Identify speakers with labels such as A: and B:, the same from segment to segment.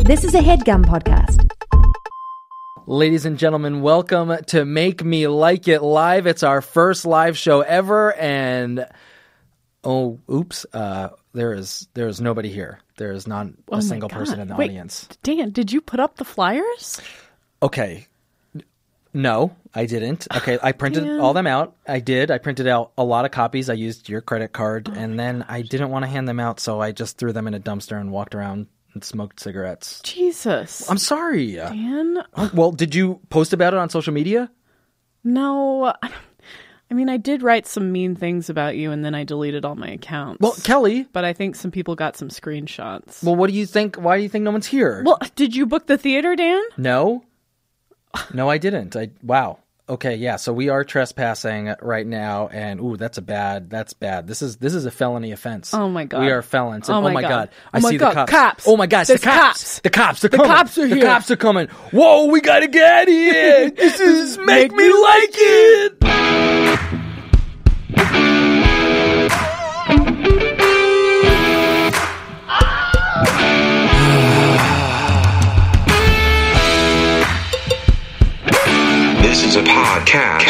A: This is a headgum podcast.
B: Ladies and gentlemen, welcome to Make Me Like It Live. It's our first live show ever, and oh, oops, uh, there is there is nobody here. There is not a
C: Oh my
B: single person
C: God.
B: in the
C: Wait,
B: audience.
C: Dan, did you put up the flyers?
B: Okay, N- no, I didn't. Okay, I printed all them out. I did. I printed out a lot of copies. I used your credit card,
C: Oh
B: and then I didn't want to hand them out, so I just threw them in a dumpster and walked around and smoked cigarettes.
C: Jesus.
B: I'm sorry.
C: Dan,
B: Oh, Well, did you post about it on social media?
C: no. I mean, I did write some mean things about you, and then I deleted all my accounts.
B: Well, Kelly.
C: but I think some people got some screenshots.
B: Well, what do you think? Why do you think no one's here?
C: well, did you book the theater, Dan?
B: no, no, I didn't. I wow. Okay, yeah. So we are trespassing right now, and ooh, that's a bad. That's bad. This is this is a felony offense.
C: Oh, my God.
B: we are felons. and
C: Oh,
B: oh
C: my
B: my god,
C: God.
B: I
C: Oh, my
B: see
C: God.
B: the cops.
C: Cops.
B: Oh my gosh,
C: There's
B: the cops.
C: cops.
B: The cops. The coming.
C: cops are
B: The
C: here.
B: cops are coming. Whoa, we gotta get out of here. this is make, me like it.
D: This is a podcast.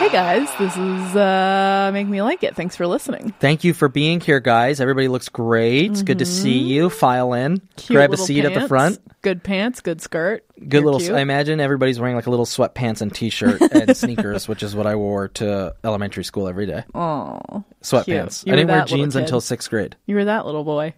C: Hey guys, this
B: Ah.
C: is uh, Make Me Like It. Thanks for listening.
B: Thank you for being here, guys. Everybody looks great. It's Good to see you. File in.
C: Mm-hmm. Cute
B: Grab a
C: little
B: seat at the
C: pants,
B: front.
C: Good pants, good skirt.
B: Good
C: You're
B: little.
C: cute.
B: I imagine everybody's wearing like a little sweatpants and t-shirt and sneakers, which is what I wore to elementary school every day.
C: Aw.
B: Sweatpants.
C: You
B: I didn't
C: were
B: wear
C: that little
B: jeans
C: kid.
B: until sixth grade.
C: You were that little boy.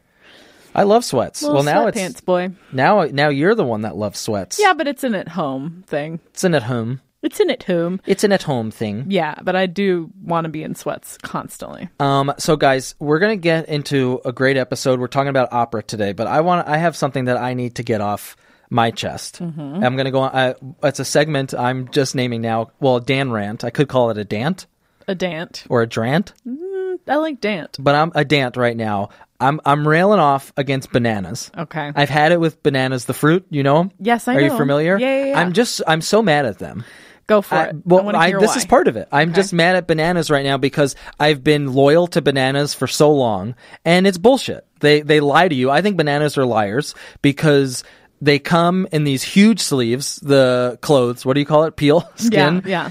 B: I love sweats.
C: Little
B: well, now it's
C: sweatpants boy.
B: now now you're the one that loves sweats.
C: Yeah, but it's an at home thing.
B: it's an at home.
C: It's an at home.
B: It's an at home thing.
C: Yeah, but I do want to be in sweats constantly.
B: Um, so guys, we're gonna get into a great episode. We're talking about opera today, but I want I have something that I need to get off my chest.
C: Mm-hmm.
B: I'm gonna go on. I, it's a segment I'm just naming now. Well, a Dan rant. I could call it a dant
C: A dant.
B: or a drant.
C: I like dant.
B: but I'm a dant right now. I'm I'm railing off against bananas.
C: Okay.
B: I've had it with bananas, the fruit. You know 'em?
C: Yes, I
B: Are
C: know
B: you
C: 'em.
B: familiar?
C: Yeah, yeah, yeah.
B: I'm just I'm so mad at them.
C: Go for
B: I-
C: it. I
B: well,
C: wanna hear
B: this
C: why.
B: is part of it. I'm just mad at bananas right now because I've been loyal to bananas for so long, and it's bullshit. They they lie to you. I think bananas are liars because they come in these huge sleeves, the clothes. What do you call it? Peel
C: Yeah,
B: skin
C: yeah.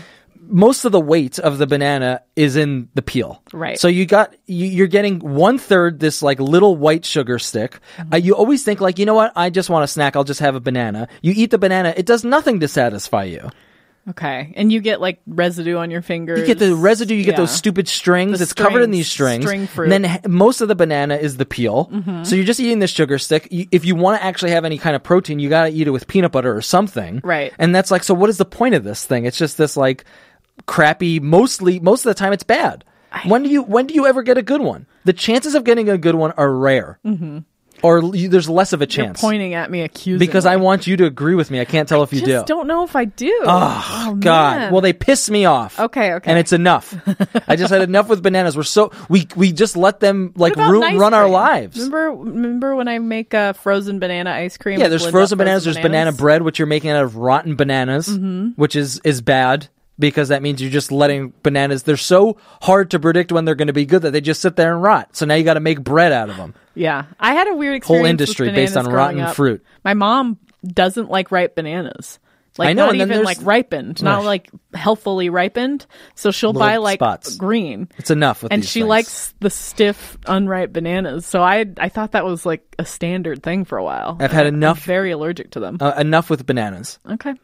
B: most of the weight of the banana is in the peel.
C: Right.
B: So you got you, you're getting one third this like little white sugar stick. Uh, you always think like you know what I just want a snack. I'll just have a banana. You eat the banana. It does nothing to satisfy you.
C: Okay. And you get like residue on your fingers.
B: You get the residue. You get
C: Yeah.
B: those stupid strings.
C: The
B: it's covered in
C: strings,
B: these strings.
C: string fruit. Mm-hmm.
B: And then h- most of the banana is the peel. So you're just eating the sugar stick. You, if you want to actually have any kind of protein, you got to eat it with peanut butter or something.
C: Right.
B: And that's like, so what is the point of this thing? It's just this like crappy. Mostly, most of the time, it's bad. when do you when do you ever get a good one? The chances of getting a good one are rare, mm-hmm. or l- you, there's less of a
C: You're
B: chance
C: pointing at me accusing
B: because I want you to agree with me. I can't tell if you
C: just
B: do.
C: not know if I do. Oh,
B: God.
C: man.
B: Well, they piss me off.
C: Okay, okay.
B: And it's enough. I just had enough with bananas. We're so we we just let them like
C: What about
B: ru-
C: ice
B: run our
C: cream?
B: lives.
C: Remember remember when I make a frozen banana ice cream?
B: yeah,
C: with
B: there's
C: Linda-
B: frozen bananas. There's banana
C: bananas? Mm-hmm.
B: bread, which you're making out of rotten bananas, which is is bad because that means you're just letting bananas. They're so hard to predict when they're going to be good that they just sit there and rot. So now you got to make bread out of them.
C: Yeah, I had a weird experience. with
B: industry based
C: bananas
B: on
C: growing
B: rotten
C: up.
B: fruit.
C: My mom doesn't like ripe bananas. Like
B: I know,
C: not
B: and then
C: even
B: there's-
C: like ripened, not
B: Ugh.
C: like healthfully ripened. So she'll buy like
B: spots.
C: green.
B: It's enough with
C: and
B: these
C: she
B: things.
C: likes the stiff, unripe bananas. So I I thought that was like a standard thing for a while.
B: I've had
C: I'm
B: enough-
C: very allergic to them.
B: Uh, enough with bananas.
C: okay.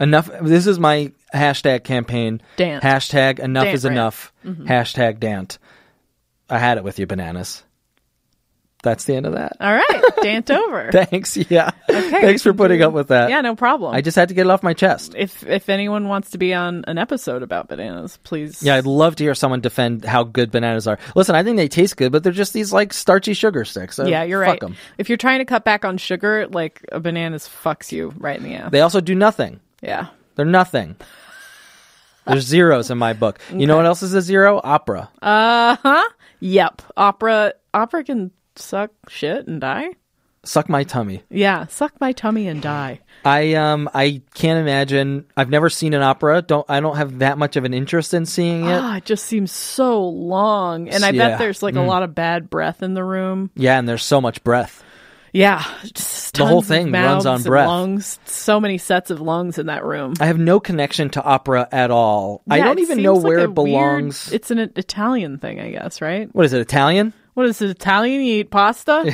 B: Enough. This is my hashtag campaign.
C: Dant.
B: Hashtag enough
C: Dant
B: is
C: rant. Mm-hmm.
B: enough. Hashtag Dant. I had it with you, bananas. That's the end of that.
C: All right. Dant over.
B: Thanks. Yeah. Thanks for putting up with that.
C: yeah, no problem.
B: I just had to get it off my chest.
C: if if anyone wants to be on an episode about bananas, please
B: Yeah, I'd love to hear someone defend how good bananas are. Listen, I think they taste good, but they're just these like starchy sugar sticks. So
C: yeah, you're
B: fuck
C: right.
B: 'em.
C: If you're trying to cut back on sugar, like a bananas fucks you right in the ass.
B: They also do nothing.
C: yeah.
B: They're nothing. There's zeros in my book. You know what else is a zero? Opera.
C: Uh huh. Yep. Opera. Opera can suck shit and die.
B: Suck my tummy.
C: Yeah, suck my tummy and die.
B: I um I can't imagine. I've never seen an opera. Don't I don't have that much of an interest in seeing it.
C: Ah, it just seems so long. And I
B: Yeah. Mm.
C: bet there's like a lot of bad breath in the room.
B: Yeah, and there's so much breath.
C: Yeah. just
B: The whole
C: tons of
B: thing runs
C: mouths
B: on
C: and
B: breath.
C: Lungs, so many sets of lungs in that room.
B: I have no connection to opera at all. I
C: Yeah,
B: don't
C: it
B: even
C: seems
B: know
C: like
B: where
C: a
B: it belongs.
C: weird- it's an Italian thing, I guess, right?
B: what is it, Italian?
C: What is it, Italian? You eat pasta?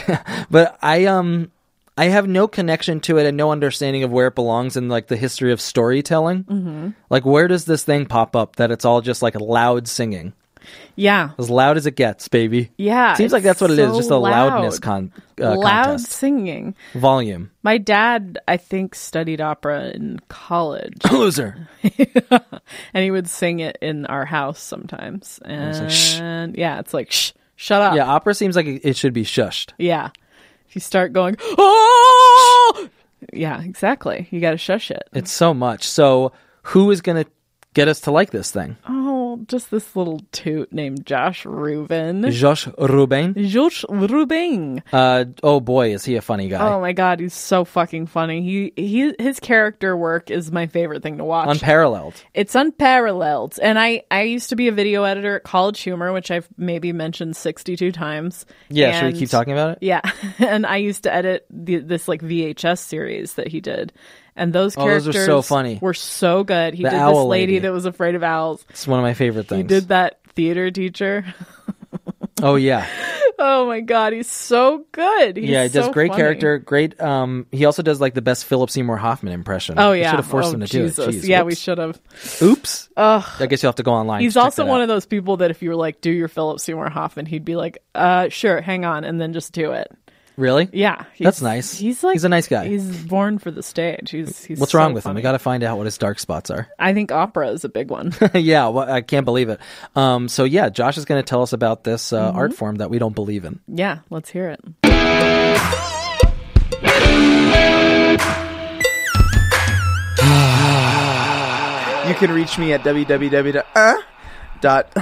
B: But I um I have no connection to it and no understanding of where it belongs in like the history of storytelling. Mm-hmm. Like where does this thing pop up that it's all just like loud singing,
C: Yeah.
B: as loud as it gets, baby.
C: Yeah.
B: seems like that's
C: it's
B: what it is,
C: so
B: just a loudness
C: loud.
B: con uh,
C: loud
B: contest
C: singing.
B: volume.
C: My dad, I think, studied opera in college,
B: Loser.
C: and he would sing it in our house sometimes. And
B: like, "Shh."
C: yeah, it's like shh, shut up.
B: Yeah, opera seems like it should be shushed.
C: Yeah. If you start going, oh, yeah, exactly. You got to shush it.
B: It's so much. So who is going to get us to like this thing?
C: Oh, just this little toot named Josh Rubin.
B: Josh Rubin.
C: Josh Rubin.
B: Uh, oh boy, is he a funny guy.
C: Oh my god, he's so fucking funny. He he his character work is my favorite thing to watch.
B: Unparalleled.
C: it's unparalleled. And I I used to be a video editor at College Humor, which I've maybe mentioned 62 times.
B: Yeah, should we
C: And-
B: keep talking about it?
C: Yeah. And I used to edit the, this like VHS series that he did. And those
B: Oh, those
C: characters
B: are so funny.
C: were so good. He
B: The
C: did this
B: owl
C: lady,
B: lady.
C: that was afraid of owls.
B: It's one of my favorite
C: He
B: things.
C: did that theater teacher.
B: Oh yeah,
C: Oh my god, he's so good. He's
B: yeah. He does
C: so
B: great
C: funny.
B: character. Great. Um, he also does like the best Philip Seymour Hoffman impression.
C: Oh
B: We
C: yeah.
B: should have forced
C: Oh,
B: him to
C: Jesus.
B: do it. Jeez,
C: yeah, we
B: whoops.
C: should have.
B: Oops. I guess you'll have to go online.
C: He's
B: to check
C: also
B: that
C: one
B: out.
C: of those people that if you were like, do your Philip Seymour Hoffman, he'd be like, uh, sure, hang on, and then just do it.
B: really.
C: Yeah, he's-
B: That's nice.
C: He's like
B: He's a nice guy.
C: He's born for the stage. He's, he's
B: What's
C: so
B: wrong with him?
C: funny.
B: We got to find out what his dark spots are.
C: I think opera is a big one.
B: yeah, well, I can't believe it. Um, so yeah, Josh is going to tell us about this uh,
C: Mm-hmm.
B: art form that we don't believe in.
C: yeah, let's hear it.
E: You can reach me at www. Uh, dot.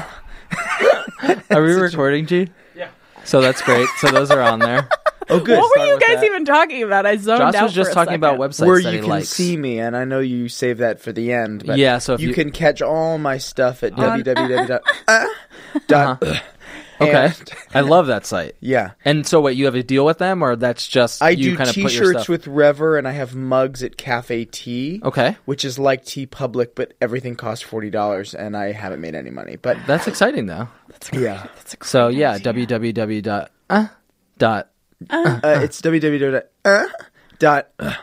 B: Are we recording, G? Yeah. So that's great. So those are on there.
E: Oh, good.
C: What were
B: start
C: you
B: with
C: guys
B: that.
C: even talking about? I zoned
B: Josh
C: out.
B: was just
C: for a
B: talking about
C: second.
B: websites
E: Where
B: that
E: you
B: he
E: can
B: likes.
E: see me, and I know you save that for the end. But
B: Yeah, so if
E: you,
B: you- Uh-huh.
E: can catch all my stuff at www. dot. Uh, dot.
B: Okay,
E: And-
B: I love that site.
E: yeah.
B: And so, wait, you have a deal with them, or that's just
E: I
B: you
E: do
B: kind of put your
E: T-shirts
B: stuff?
E: with Rever, and I have mugs at Cafe Tea.
B: Okay.
E: which is like Tea Public, but everything costs forty dollars, and I haven't made any money. But
B: That's exciting, though.
E: yeah,
B: So yeah, www dot uh, dot
E: uh, it's www. Uh, dot. Uh,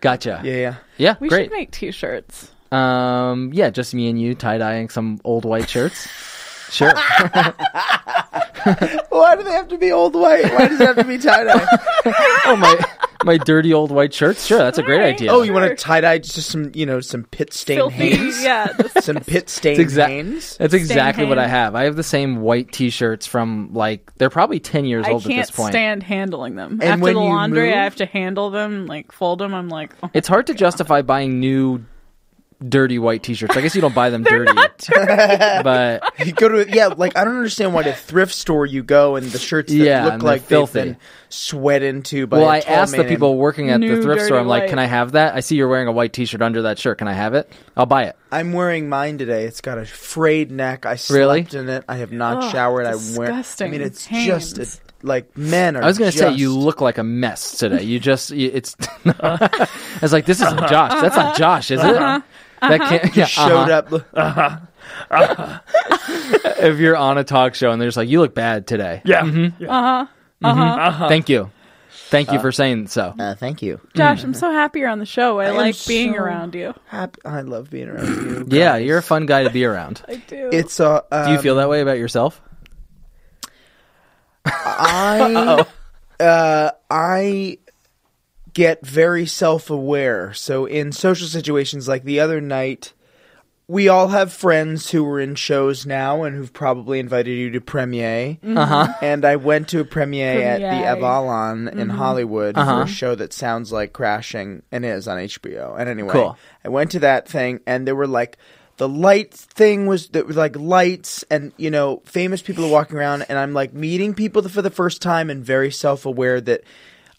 B: gotcha.
E: yeah, yeah.
B: Yeah,
C: We
B: great.
C: should make T-shirts.
B: um, yeah, just me and you tie dyeing some old white shirts. Sure.
E: Why do they have to be old white? Why does it have to be tie dye?
B: oh my, my dirty old white shirts. Sure, that's a great
C: Alright.
B: idea.
E: Oh, you want to tie dye just some, you know, some pit stain
C: Filthy,
E: Hanes,
C: yeah. just-
E: some pit stain
B: exact-
E: Hanes.
B: That's exactly what I
C: hand.
B: have. I have the same white T-shirts from like they're probably ten years
C: I
B: old at
C: can't
B: this point.
C: stand handling them.
E: And
C: After
E: when
C: the
E: you
C: laundry,
E: move-
C: I have to handle them, like fold them. I'm like, oh,
B: it's hard to justify buying new dirty white T-shirts. I guess you don't buy them dirty, but
E: You go to yeah, like I don't understand why to thrift store you go and the shirts that
B: Yeah,
E: look
B: and they're
E: like they've
B: filthy.
E: been sweat into by
B: Well,
E: a
B: I
E: tall
B: asked the
E: man.
B: people working at the
C: New
B: thrift store.
C: dirty
B: I'm like,
C: white.
B: "Can I have that? I see you're wearing a white T-shirt under that shirt. Can I have it? I'll buy it."
E: I'm wearing mine today. It's got a frayed neck. I slept
B: Really?
E: in it. I have not
C: Ugh,
E: showered. I wear. I
C: disgusting.
E: mean, it's
C: Hanes.
E: just a, like men are.
B: I was gonna say
E: just-
B: you look like a mess today. You just you, it's. I was like, "This
C: Uh-huh.
B: isn't Josh. That's not Josh, is it?" That can't. Yeah,
E: showed
B: uh-huh.
E: up. look-
B: If you're on a talk show and they're just like, "You look bad today." Yeah.
C: Mm-hmm. Uh-huh.
E: Mm-hmm.
B: Uh
E: Uh-huh.
B: huh. Uh huh. Thank you. Thank you for saying so.
E: Uh, thank you.
C: Josh, I'm so happy you're on the show. Mm. I,
E: am
C: like being
E: so
C: around you.
E: Happy. I love being around you.
B: Yeah,
E: guys.
B: you're a fun guy to be around.
C: I do.
E: It's uh, um,
B: Do you feel that way about yourself?
E: I uh, I get very self aware. So in social situations like the other night, we all have friends who are in shows now and who've probably invited you to premiere. Uh-huh. And I went to a premiere, at the
C: Premiere.
E: Avalon in Hollywood for a show that sounds like Crashing and is on HBO. And anyway,
B: Cool.
E: I went to that thing and there were like the light thing was there was like lights and you know famous people are walking around and I'm like meeting people for the first time and very self aware that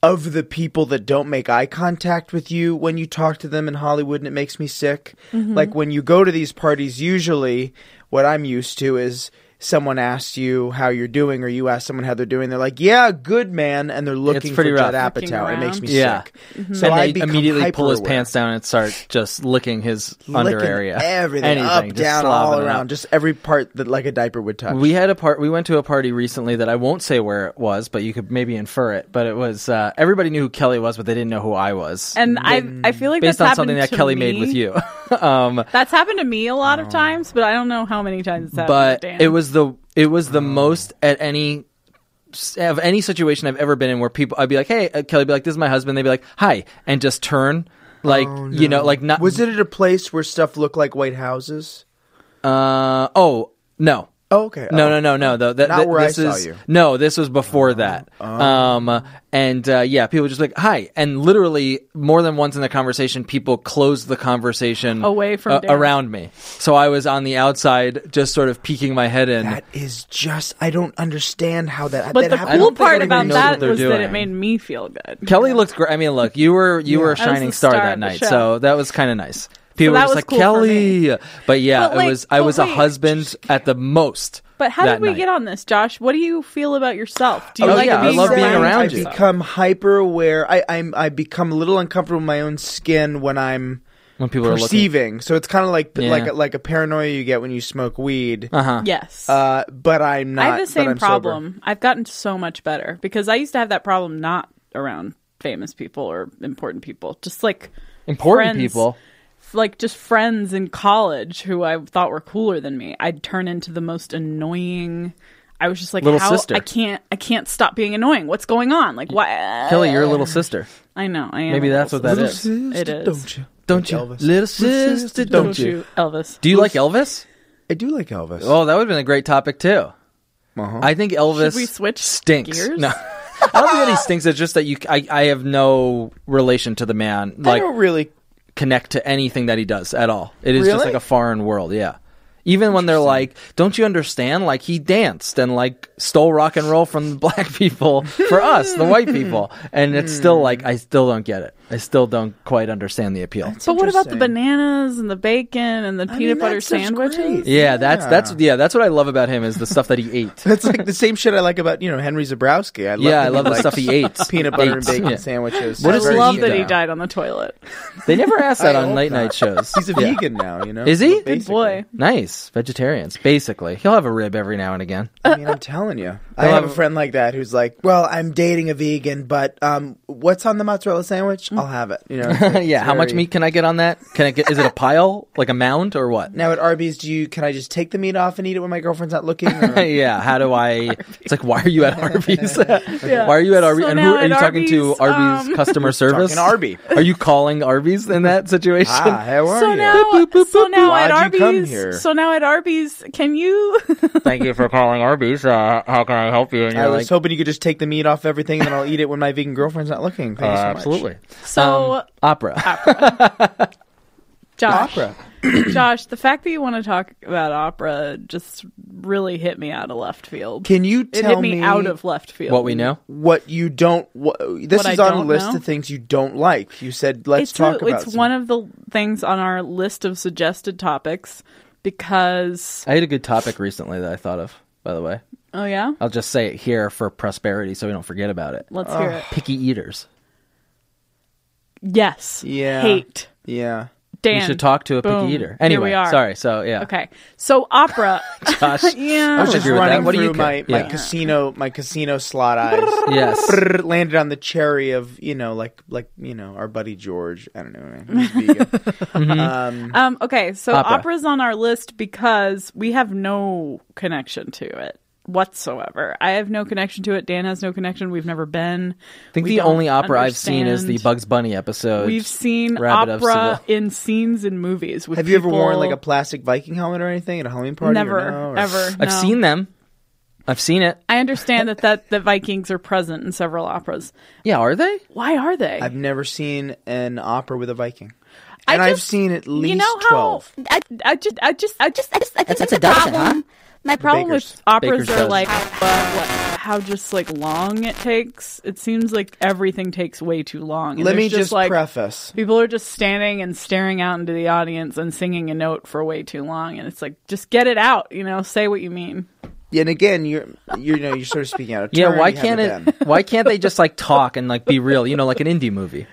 E: of the people that don't make eye contact with you when you talk to them in Hollywood and it makes me sick.
B: Mm-hmm.
E: Like when you go to these parties usually what I'm used to is someone asks you how you're doing or you ask someone how they're doing they're like, "Yeah, good man." and they're looking
B: pretty
E: for
B: rough.
E: Judd
C: Looking
E: Apatow. It makes
C: around.
E: me
B: Yeah.
E: sick.
C: Mm-hmm.
E: So
B: and
E: I
B: they
E: become
B: immediately pull his
E: hyper-aware.
B: pants down and start just licking his under
E: Licking
B: area.
E: Everything
B: Anything,
E: up,
B: just
E: down,
B: slobbing
E: all
B: it up.
E: around, just every part that like a diaper would touch.
B: We had a part. We went to a party recently that I won't say where it was, but you could maybe infer it. But it was uh, everybody knew who Kelly was, but they didn't know who I was.
C: And I, I feel like
B: based
C: that's
B: on something
C: happened
B: that
C: to
B: Kelly
C: me.
B: made with you. um,
C: That's happened to me a lot of times, but I don't know how many times it's happened.
B: but
C: to Uh, Dan.
B: it was the it was the most at any of any situation I've ever been in where people I'd be like, "Hey, uh, Kelly," would be like, "This is my husband." They'd be like, "Hi," and just turn. Like you know, like not
E: Oh, Was it at a place where stuff looked like white houses?
B: Uh, oh no.
E: Oh, okay.
B: No, no,
E: Oh.
B: no, no. That, that,
E: Not where I
B: this
E: saw
B: is,
E: you. Oh,
B: No, this was before that. Um, and uh, yeah, people just like hi, and literally more than once in the conversation, people closed the conversation
C: Away from
B: uh,
C: Dan.
B: around me. So I was on the outside, just sort of peeking my head in.
E: That is just I don't understand how that.
C: But the
E: that happened.
C: cool
E: I don't
C: part
E: think
C: about
E: anybody knows
C: that
E: what they're
C: was that
B: doing.
C: it made me feel good.
B: Kelly looked great. I mean, look, you were you were a
C: I was
B: shining
C: the star of
B: that
C: the
B: night,
C: show.
B: so that was kind of nice. People
C: that
B: were just
C: was
B: like
C: cool for
B: Kelly, but yeah,
C: But,
B: it
C: like,
B: was I
C: but
B: was a
C: wait.
B: husband at the most.
C: But how
B: that
C: did we
B: night.
C: get on this, Josh? What do you feel about yourself? Do you
B: Oh,
C: like
B: yeah, I
C: being
B: love being
C: around,
B: around
E: I
B: you.
E: become hyper aware. I I'm, I become a little uncomfortable in my own skin when I'm
B: when people were looking?
E: perceiving. So it's kind of like
B: Yeah.
E: like a, like a paranoia you get when you smoke weed. Uh-huh.
C: Yes.
B: Uh,
E: but I'm not.
C: I have the
E: but
C: same
E: I'm sober.
C: problem. I've gotten so much better because I used to have that problem not around famous people or important people, just like
B: Important
C: friends-
B: people.
C: like just friends in college who I thought were cooler than me. I'd turn into the most annoying. I was just like,
B: Little
C: how
B: sister.
C: I can't, I can't stop being annoying. What's going on? Like, why?
B: Kelly, your little sister.
C: I know. I am.
B: Maybe that's what that
C: that
B: Little
C: is.
B: is.
C: It is.
E: Don't you?
B: Don't you,
E: Elvis.
B: little sister? Don't,
C: Don't
B: you?
C: you, Elvis?
B: Do you like Elvis?
E: I do like Elvis.
B: Oh, that would have been a great topic too.
E: Uh-huh.
B: I think Elvis.
C: Should we switch
B: stinks.
C: gears?
B: No, I don't think that he stinks. It's just that you. I, I have no relation to the man.
E: I
B: Like
E: don't really.
B: connect to anything that he does at all. It is just
E: Really?
B: like a foreign world. Yeah. Even when they're like, "Don't you understand?" Like he danced and like stole rock and roll from the black people for us, the white people, and it's still like I still don't get it. I still don't quite understand the appeal.
C: But what about the
E: Interesting.
C: bananas and the bacon and the peanut
E: mean, that
C: butter
E: stuff's
C: sandwiches?
E: great.
B: Yeah, that's that's yeah, that's what I love about him is the stuff that he ate.
E: That's like the same shit I like about you know Henry Zabrowski. I love
B: yeah,
E: that
B: I
E: he
B: love the
E: likes
B: stuff he ate.
E: Peanut butter and
B: Ate.
E: bacon
B: Yeah.
E: sandwiches.
B: What
C: I
B: is
E: Very
C: love
E: easy
C: that he
E: now.
C: died on the toilet.
B: They never ask that
E: I
B: on
E: hope
B: late
E: not.
B: night shows.
E: He's a
B: Yeah.
E: vegan now, you know.
B: Is he?
E: Basically.
C: Good boy.
B: Nice vegetarians, basically. He'll have a rib every now and again.
E: I mean, I'm telling you. I have a friend like that who's like, "Well, I'm dating a vegan, but um, what's on the mozzarella sandwich? I'll have it." You know. it's- it's
B: Mm. yeah, how much
E: very-
B: meat can I get on that? Can I get? Is it a pile, like a mound, or what?
E: Now at Arby's, do you? Can I just take the meat off and eat it when my girlfriend's not looking? Or,
B: yeah, how do I? It's like, why are you at Arby's? Why are you at Arby's?
C: So
B: and who
C: now
B: are you
C: at
B: talking to?
C: Arby's,
B: Arby's
C: um,
B: customer service.
E: Talking Arby.
B: Are you calling Arby's in that situation?
E: ah, how are
C: So
E: you?
C: now, so now
E: Why'd
C: at
E: you come
C: Arby's,
E: here?
C: so now at Arby's, can you?
B: Thank you for calling Arby's. Uh, how can I help you? And
E: I
B: you're
E: was
B: like,
E: hoping you could just take the meat off everything, and then I'll eat it when my vegan girlfriend's not looking. Thank you so much.
B: uh, absolutely.
C: so,
B: Um, opera.
C: Josh,
E: Opera.
C: Josh, the fact that you want to talk about opera just really hit me out of left field.
E: Can you
C: it
E: tell
C: hit me, out of left field.
B: what we know.
E: what you don't? What, this
C: What I
E: is on a
C: don't
E: list
C: know?
E: of things you don't like. You said let's
C: it's
E: talk
C: a-
E: about.
C: it's
E: some-
C: one of the things on our list of suggested topics because
B: I had a good topic recently that I thought of. By the way,
C: oh yeah,
B: I'll just say it here for prosperity, so we don't forget about it.
C: let's hear it.
B: Picky eaters.
C: Yes,
E: Yeah.
C: hate.
E: yeah.
C: Dan,
B: We should talk to a
C: Boom.
B: picky eater.
C: Here
B: Anyway,
C: we are.
B: sorry. So yeah.
C: Okay, so opera.
B: Gosh.
C: yeah,
B: I
E: I was just
B: agree with that.
E: running
B: What do you
E: through my,
B: cook?
E: my
B: Yeah.
E: casino my casino slot eyes.
B: Yes.
E: Brrr, landed on the cherry of you know like like you know our buddy George. I don't know. Man, he's vegan. um,
C: Um, okay, so
B: Opera.
C: opera's on our list because we have no connection to it whatsoever. I have no connection to it. Dan has no connection. We've never been.
B: I think the only opera I've seen is the Bugs Bunny episode.
C: We've seen
B: Rabbit of
C: opera
B: Seville.
C: in scenes in movies. With
E: have you ever worn
C: people-
E: like a plastic Viking helmet or anything at a Halloween party? or
C: never
E: no, or-
C: ever?
B: I've
C: no.
B: seen them. I've seen it.
C: I understand that that the Vikings are present in several operas.
B: Yeah, are they?
C: Why are they?
E: I've never seen an opera with a Viking,
C: I
E: and I've
C: just-
E: seen at least
C: you know how
E: twelve.
C: I, I just I just I just I just
F: That's a dozen, huh?
C: My problem with
E: Baker's-
C: operas
B: Baker's
C: are
B: dozen.
C: like uh, what, how just like long it takes. It seems like everything takes way too long. And
E: Let me
C: there's
E: just,
C: like
E: preface.
C: people are just standing and staring out into the audience and singing a note for way too long, and it's like just get it out, you know, say what you mean.
E: And again, you're you're you know you're sort of speaking out of
B: Yeah,
E: turn,
B: why
E: you
B: can't
E: haven't
B: it? Why can't they just like talk and like be real? You know, like an indie movie.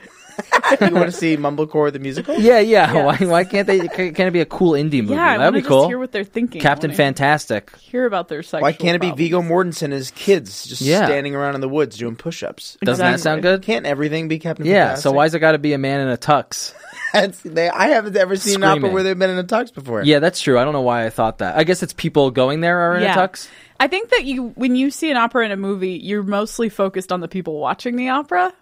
E: done. you want to see Mumblecore the musical?
B: Yeah, yeah. Why, why can't they? Can, can it be a cool indie movie?
C: Yeah, I
B: That'd
C: want to
B: be
C: just
B: cool.
C: hear what they're thinking. I
B: Captain
C: wanna
B: Fantastic.
C: Hear about their sexual.
E: Why can't it be
C: problems.
E: Vigo Mortensen and his kids just
B: Yeah.
E: standing around in the woods doing push-ups?
B: Doesn't that sound good?
E: Can't everything be Captain?
B: Yeah.
E: Fantastic?
B: So why's it got to be a man in a tux?
E: That's, they, I haven't ever seen an opera
B: Screaming.
E: where they've been in a tux before.
B: Yeah, that's true. I don't know why I thought that. I guess it's people going there are in
C: Yeah.
B: a tux.
C: I think that you when you see an opera in a movie, you're mostly focused on the people watching the opera.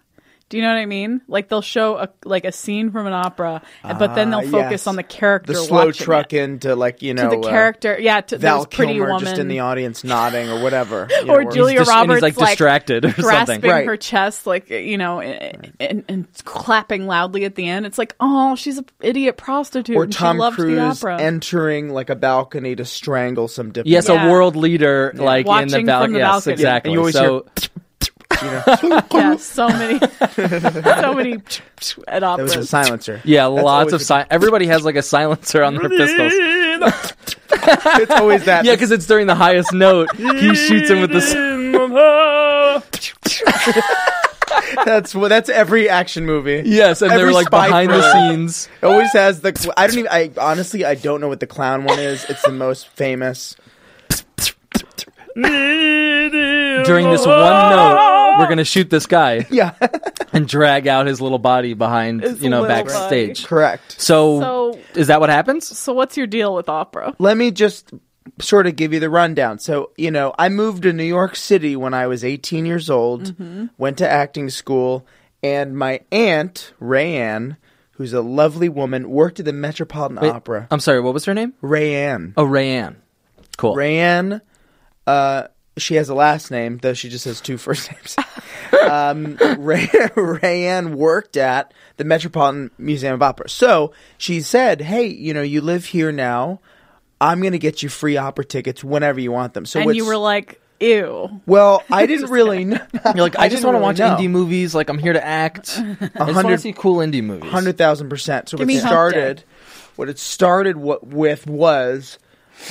C: Do you know what I mean? Like they'll show a like a scene from an opera, but then
E: Ah,
C: they'll focus
E: yes.
C: on the character.
E: the slow
C: watching
E: truck
C: it.
E: into like you
C: to
E: know
C: the
E: uh,
C: character. Yeah, to
E: Val
C: those pretty
E: Kilmer
C: woman
E: just in the audience nodding or whatever, you know,
C: or Julia
B: dis- and
C: Roberts
B: he's, like, distracted or something.
C: grasping
E: Right.
C: her chest, like you know, and, and, and clapping loudly at the end. It's like, oh, she's an idiot prostitute.
E: or
C: and she
E: Tom
C: loved the
E: Cruise
C: opera.
E: entering like a balcony to strangle some diplomat.
B: Yes,
C: Yeah.
B: a world leader like in the
C: Watching
B: balcony.
C: from the
B: yes,
C: balcony.
B: exactly.
E: And you always
B: so
C: yeah, so many, so many at
E: that was a
C: operas.
E: silencer.
B: yeah,
E: That's
B: lots of
E: always-
B: si- everybody has like a silencer on their pistols.
E: It's always that.
B: Yeah, because it's during the highest note. He shoots him with the. s-
E: that's what that's every action movie.
B: Yes, and they're
E: Every
B: like
E: spy
B: behind the
E: thriller.
B: scenes.
E: It always has the. cl- I don't even. I honestly, I don't know what the clown one is. It's the most famous.
B: During this one note, we're gonna shoot this guy
E: Yeah,
B: and drag out his little body behind, you know,
C: little
B: backstage.
E: correct.
B: So,
C: So-
B: is that what happens?
C: So what's your deal with opera?
E: Let me just sort of give you the rundown. So you know, I moved to New York City when I was 18 years old.
B: Mm-hmm.
E: Went to acting school, and my aunt Rayanne, who's a lovely woman, worked at the Metropolitan Opera.
B: I'm sorry. What was her name?
E: Rayanne.
B: Oh, Rayanne. Cool.
E: Rayanne. Uh, she has a last name, though she just has two first names. um, Ray- Rayanne worked at the Metropolitan Museum of Opera. So she said, Hey, you know, you live here now. I'm going to get you free opera tickets whenever you want them. So
C: And
E: what's-
C: you were like, ew.
E: well, I didn't really know.
B: You're like, I, just want to watch indie
E: movies.
B: movies. Like, I'm here to act. I just want to
E: hundred-
B: see cool indie movies.
E: Hundred thousand percent. So what
C: me
E: it
C: Hump
E: started, what it started what with was